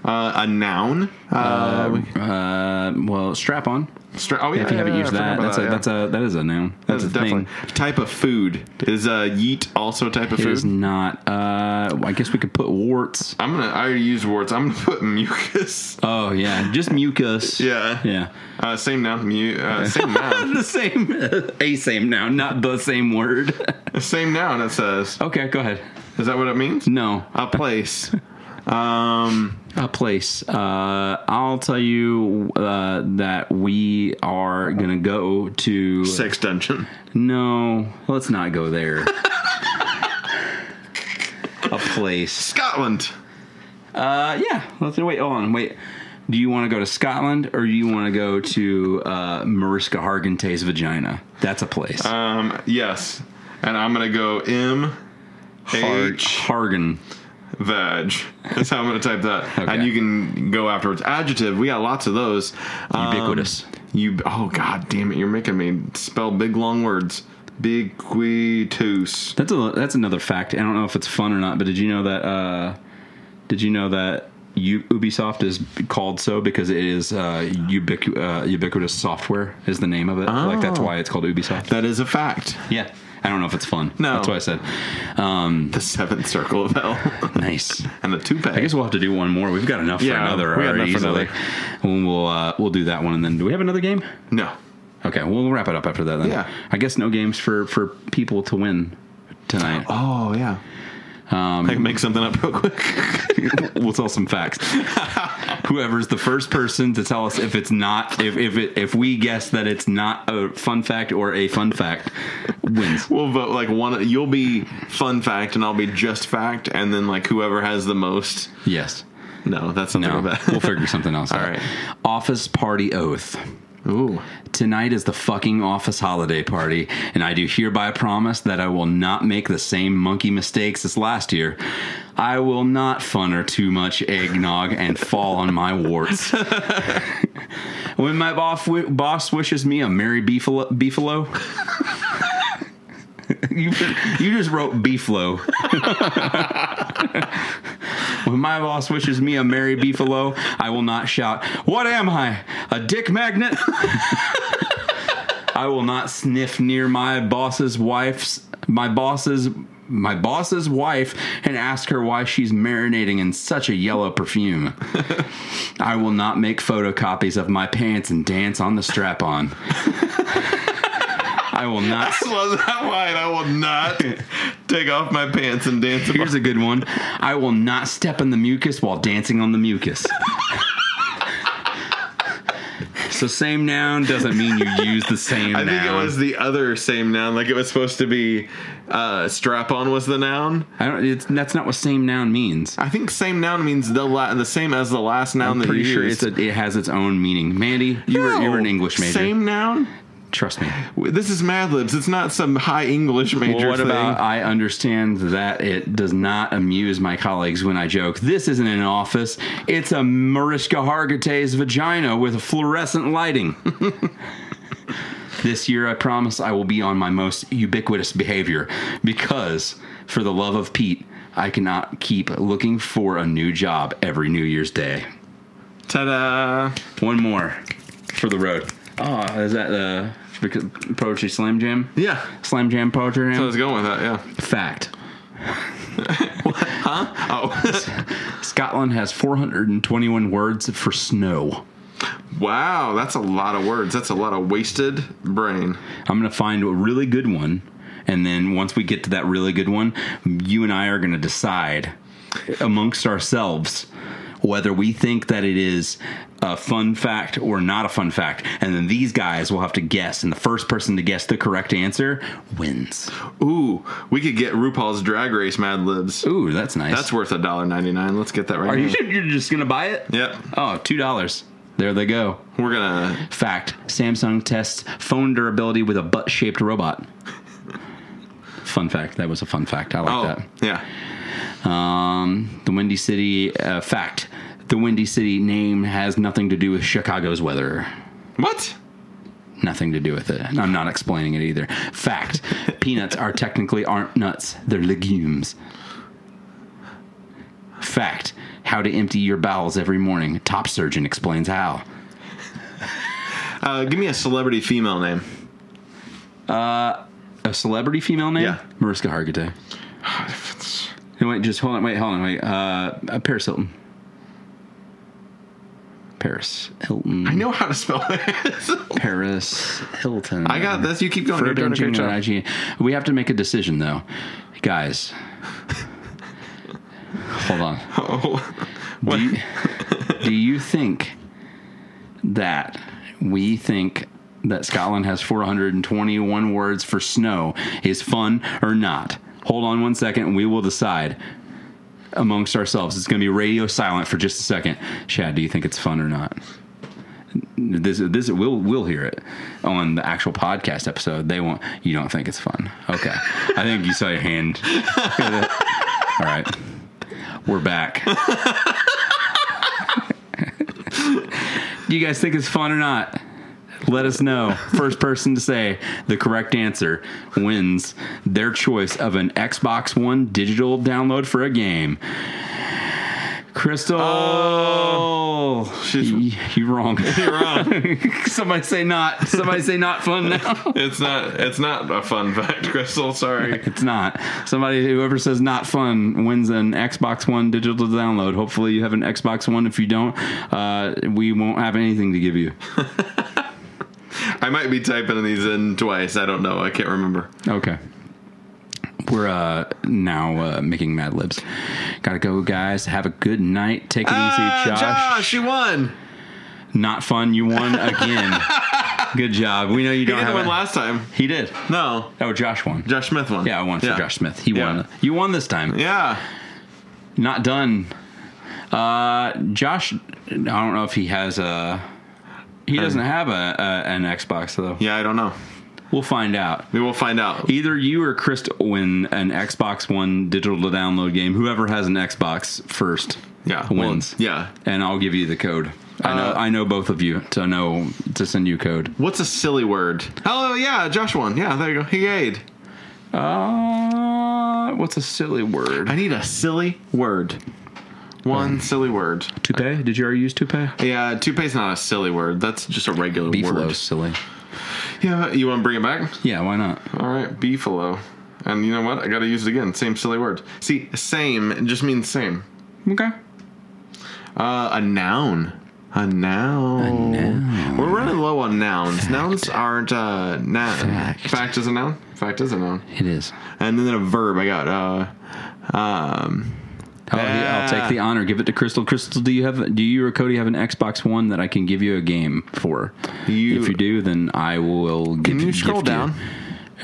Uh, a noun. Uh, Uh, well, strap on. stra- oh yeah, If you haven't yeah, used I forgot that, about that's a yeah. that's a that is a noun. That's, That's a thing. definitely type of food. Is uh, yeet also a type of It food? is not. Uh, I guess we could put warts. I'm gonna. I already used warts. I'm gonna put mucus. Oh yeah, just mucus. Yeah. Yeah. Uh, same noun. Mu- uh, same noun. the same, a same noun, not the same word. same noun. It says. okay, go ahead. Is that what it means? No. A place. Um, a place. Uh, I'll tell you uh, that we are gonna go to. sex dungeon. No, let's not go there. a place. Scotland. Uh, yeah. Let's wait. Hold on. Wait. Do you want to go to Scotland or you want to go to uh, Mariska Hargitay's vagina? That's a place. Um, yes. And I'm going to go M H Hargan. veg. That's how I'm going to type that. Okay. And you can go afterwards. Adjective. We got lots of those. Um, Ubiquitous. you. Oh, God damn it. You're making me spell big, long words. Ubiquitous. That's a that's another fact. I don't know if it's fun or not, but did you know that uh, did you know that U- Ubisoft is called so because it is uh, ubiqu- uh, ubiquitous software is the name of it. Like Oh. that's why it's called Ubisoft. That is a fact. yeah, I don't know if it's fun. No. that's what I said. Um, The seventh circle of hell. nice. and the toupee. I guess we'll have to do one more. We've got enough Yeah, for another. we got already enough for easily. another. And We'll uh, we'll do that one, and then do we have another game? No. Okay, we'll wrap it up after that. Then. Yeah. I guess no games for for people to win tonight. Oh, yeah. Um, I can make something up real quick. we'll tell some facts. Whoever's the first person to tell us if it's not if if it, if we guess that it's not a fun fact or a fun fact wins. We'll vote like one. You'll be fun fact, and I'll be just fact, and then like whoever has the most. Yes. No, that's something No. about. We'll figure something else out. All right. Office party oath. Ooh, Tonight is the fucking office holiday party, and I do hereby promise that I will not make the same monkey mistakes as last year. I will not funner too much eggnog and fall on my warts. when my boss, wi- boss wishes me a merry beefalo, beefalo you, you just wrote beefalo. when my boss wishes me a merry beefalo, I will not shout, "What am I? A dick magnet?" I will not sniff near my boss's wife's my boss's my boss's wife and ask her why she's marinating in such a yellow perfume. I will not make photocopies of my pants and dance on the strap on. I will not was that wide? I will not take off my pants and dance. about- Here's a good one. I will not step in the mucus while dancing on the mucus. so same noun doesn't mean you use the same I noun. think it was the other same noun. Like it was supposed to be uh, strap on was the noun. I don't. It's, that's not what same noun means. I think same noun means the la- the same as the last noun I'm that pretty you sure it's used. a, it has its own meaning. Mandy, you were you were an No. English major. Same noun. Trust me. W- This is Mad Libs. It's not some high English major Well, what thing. about I understand that it does not amuse my colleagues when I joke. This isn't an office. It's a Mariska Hargitay's vagina with fluorescent lighting. this year, I promise I will be on my most ubiquitous behavior because, for the love of Pete, I cannot keep looking for a new job every New Year's Day. Ta-da! One more for the road. Oh, is that the because poetry slam jam? Yeah, Slam jam poetry I jam? was going with that. Yeah. Fact. Huh? Oh. Scotland has 421 words for snow. Wow, that's a lot of words. That's a lot of wasted brain. I'm going to find a really good one. And then once we get to that really good one, you and I are going to decide amongst ourselves whether we think that it is a fun fact or not a fun fact. And then these guys will have to guess. And the first person to guess the correct answer wins. Ooh, we could get RuPaul's Drag Race Mad Libs. Ooh, that's nice. That's worth a dollar ninety nine. Let's get that right. are you now. you're just going to buy it? Yep, Oh, $2. There they go. we're gonna. Fact Samsung tests phone durability with a butt shaped robot. Fun fact. That was a fun fact. I Oh, like yeah. that. Um, the Windy City uh, fact. The Windy City name has nothing to do with Chicago's weather. What? Nothing to do with it. And I'm not explaining it either. Fact. Peanuts are technically aren't nuts. They're legumes. Fact. How to empty your bowels every morning. Top surgeon explains how. Uh, give me a celebrity female name. a celebrity female name? Yeah. Mariska Hargitay. no, wait, just hold on. Wait, hold on. Wait. Uh, uh, Paris Hilton. Paris Hilton. I know how to spell it. Paris Hilton. I got this. You keep going. You're doing a great job. IG. We have to make a decision, though. Guys. hold on. What? Do you, do you think that we think that Scotland has 421 words for snow is fun or not? Hold on one second and we will decide amongst ourselves. It's going to be radio silent for just a second. Shad, do you think it's fun or not? This this we'll we'll hear it on the actual podcast episode. They won't. You don't think it's fun? Okay, I think you saw your hand. All right, we're back. Do you guys think it's fun or not? Let us know. First person to say the correct answer wins their choice of an Xbox One digital download for a game. Crystal, Oh. she's- you, are wrong. You're wrong. Somebody say not. Somebody say not fun now. It's not. It's not a fun fact, Crystal. Sorry. It's not. Somebody whoever says not fun wins an Xbox One digital download. Hopefully you have an Xbox One. If you don't, uh, we won't have anything to give you. I might be typing these in twice. I don't know. I can't remember. Okay. We're uh, now uh, making Mad Libs. Gotta go, guys. Have a good night. Take it Ah, easy, Uh, Josh. Josh, you won. Not fun. You won again. good job. We know you He don't didn't have win a- last time. He did. No, Oh, Josh won. Josh Smith won. Yeah, I won for Josh Smith. He Yeah. won. You won this time. Yeah. Not done. Uh, Josh, I don't know if he has a. He doesn't have a, a an Xbox though. Yeah. I don't know. We'll find out. We will find out. Either you or Chris win an Xbox One digital to download game. Whoever has an Xbox first, Yeah. well, wins. yeah. and I'll give you the code. I know, Uh, I know both of you to know to send you code. What's a silly word? Oh yeah, Josh won. Yeah, there you go. He ate. Uh, what's a silly I word? need a silly word. One silly word. Toupee? Did you already use toupee? Yeah, toupee's not a silly word. That's just a regular word. Beefalo, silly. Yeah, you want to bring it back? Yeah, why not? All right, beefalo. And you know what? I got to use it again. Same silly word. See, same it just means same. Okay. Uh, a noun. A noun. We're running low on nouns. Nouns aren't uh na- Fact. fact is a noun. Fact is a noun. It is. And then a verb. I got uh um Oh, yeah, I'll take the Ah. honor. Give it to Crystal. Crystal, do you have? Do you or Cody have an Xbox One that I can give you a game for? You- if you do, then I will. Give, Can you gift scroll down?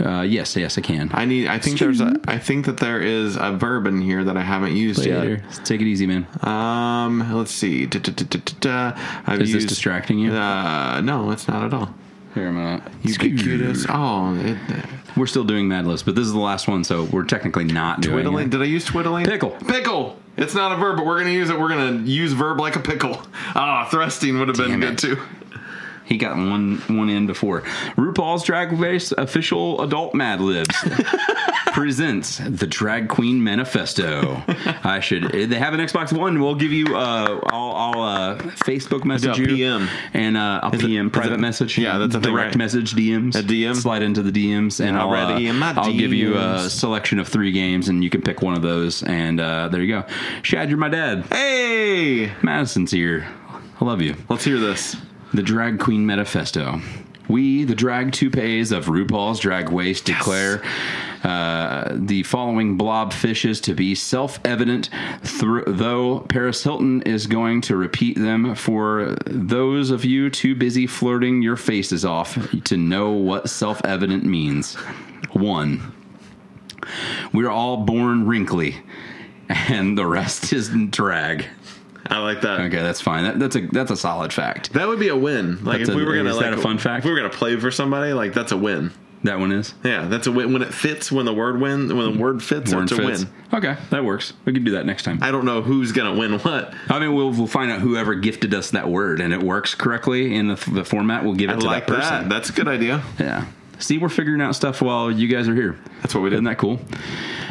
Uh, yes, yes, I can. I need. I think there's. A, I think that there is a verb in here that I haven't used Later. Take it easy, man. yet. Um, let's see. Da, da, da, da, da, da. I've Is this used- distracting you? Uh, no, it's not at all. Here, I'm out. Ubiquitous. Oh, it, We're still doing Mad Libs, but this is the last one, so we're technically not doing twiddling. it. Did I use twiddling? Pickle. Pickle. It's not a verb, but we're gonna use it. We're gonna use verb like a pickle. Ah, thrusting would have been Damn good it. too. He got one one in before. RuPaul's Drag Race official adult Mad Libs presents the Drag Queen Manifesto. I should. eh, They have an Xbox One. We'll give you. Uh, I'll, I'll uh, Facebook message Yeah, you. PM. and uh, I'll it- PM is private it- message. yeah, that's a thing, direct right? message DMs. A DM? Slide into the DMs, and Yeah, I I'll read uh, it in my I'll give you a DMs. selection of three games, and you can pick one of those. And uh, there you go. Shad, you're my dad. Hey, Madison's here. I love you. let's hear this. The Drag Queen Manifesto. We, the drag toupees of RuPaul's Drag Race, declare uh, the following blob fishes to be self evident, thr though Paris Hilton is going to repeat them for those of you too busy flirting your faces off to know what self evident means. One, we're all born wrinkly, and the rest is drag. I like that. Okay, that's fine. That, that's a that's a solid fact. That would be a win. Like That's if we a- were gonna is like that a fun fact? If we were gonna play for somebody, like that's a win. That one is. Yeah, that's a win when it fits. When the word win, when the Mm-hmm. word fits, Warren it's a Fitz. win. Okay, that works. We can do that next time. I, I don't know who's gonna win what. mean, we'll we'll find out whoever gifted us that word, and it works correctly in the, the format. We'll give it I to like that that. person. That's a good idea. Yeah. See, we're figuring out stuff while you guys are here. That's what we Isn't did. that cool?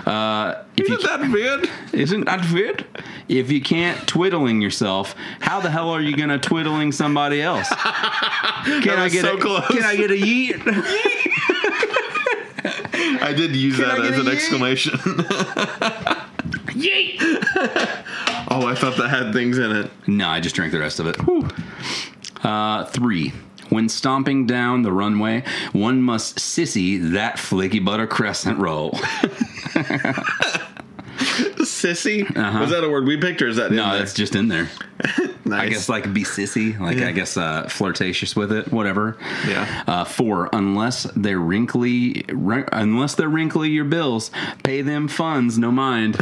Uh, if you Isn't that weird? isn't that weird? If you can't twiddling yourself, how the hell are you gonna twiddling somebody else? Can I was get so a, close. Can I get a yeet? I did use I that get as a an yay? exclamation. yeet? oh, I thought that had things in it. No, I just drank the rest of it. Uh, three. When stomping down the runway, one must sissy that flaky butter crescent roll. sissy? Was that a word we picked, or is that in No, there? that's just in there. nice. I guess like be sissy, like I guess uh, flirtatious with it, whatever. Yeah. Uh, four, unless they're wrinkly, ri- unless they're wrinkly your bills, pay them funds, no mind.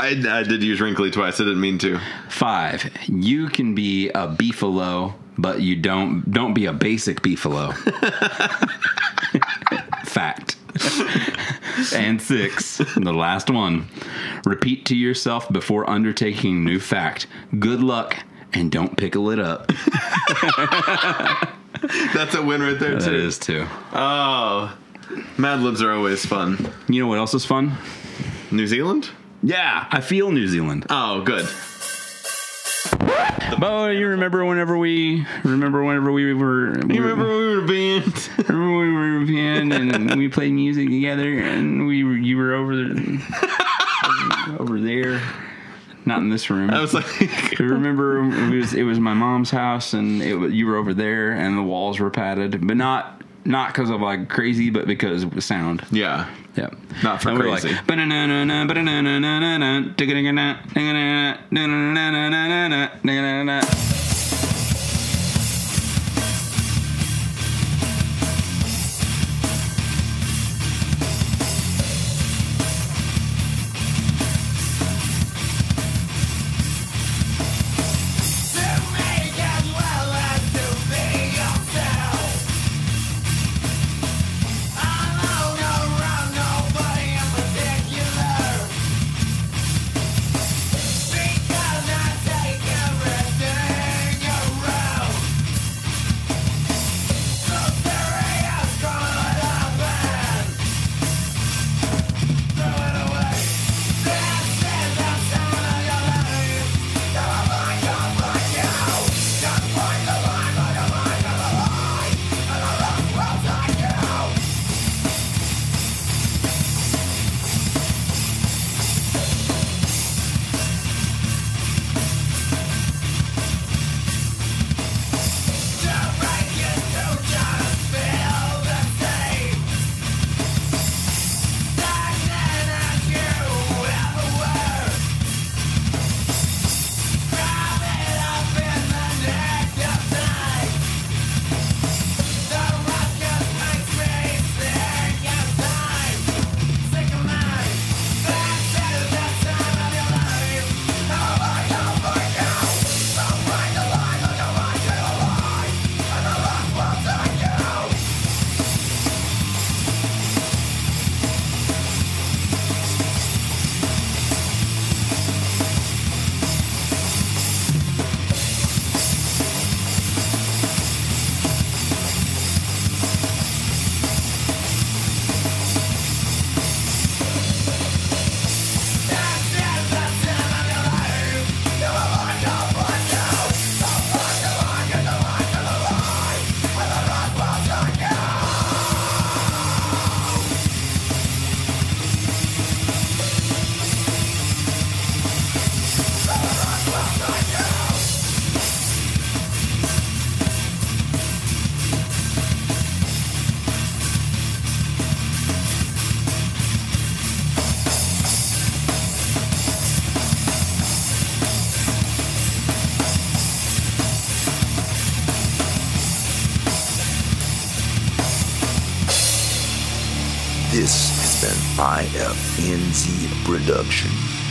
I, I did use wrinkly twice. I didn't mean to. Five, you can be a beefalo, but you don't don't be a basic beefalo. Fact. and six, the last one. Repeat to yourself before undertaking new fact. Good luck and don't pickle it up. That's a win right there That too. is too. Oh, Mad Libs are always fun. You know what else is fun? New Zealand. Yeah, I feel New Zealand. Oh, good. Oh, you remember whenever we remember whenever we were You remember when we were being? Remember when we were in band and we played music together, and we were, you were over there, over there, not in this room. I was like, I remember it was it was my mom's house, and it was, you were over there, and the walls were padded, but not not because of like crazy, but because of the sound. yeah. Yeah, Not for and crazy. Like, "Ba-na-na-na-na, ba-na-na-na-na-na, digga-digga-na, digga-na-na, na-na-na-na-na-na, digga-na-na-na." This has been IFNZ Production.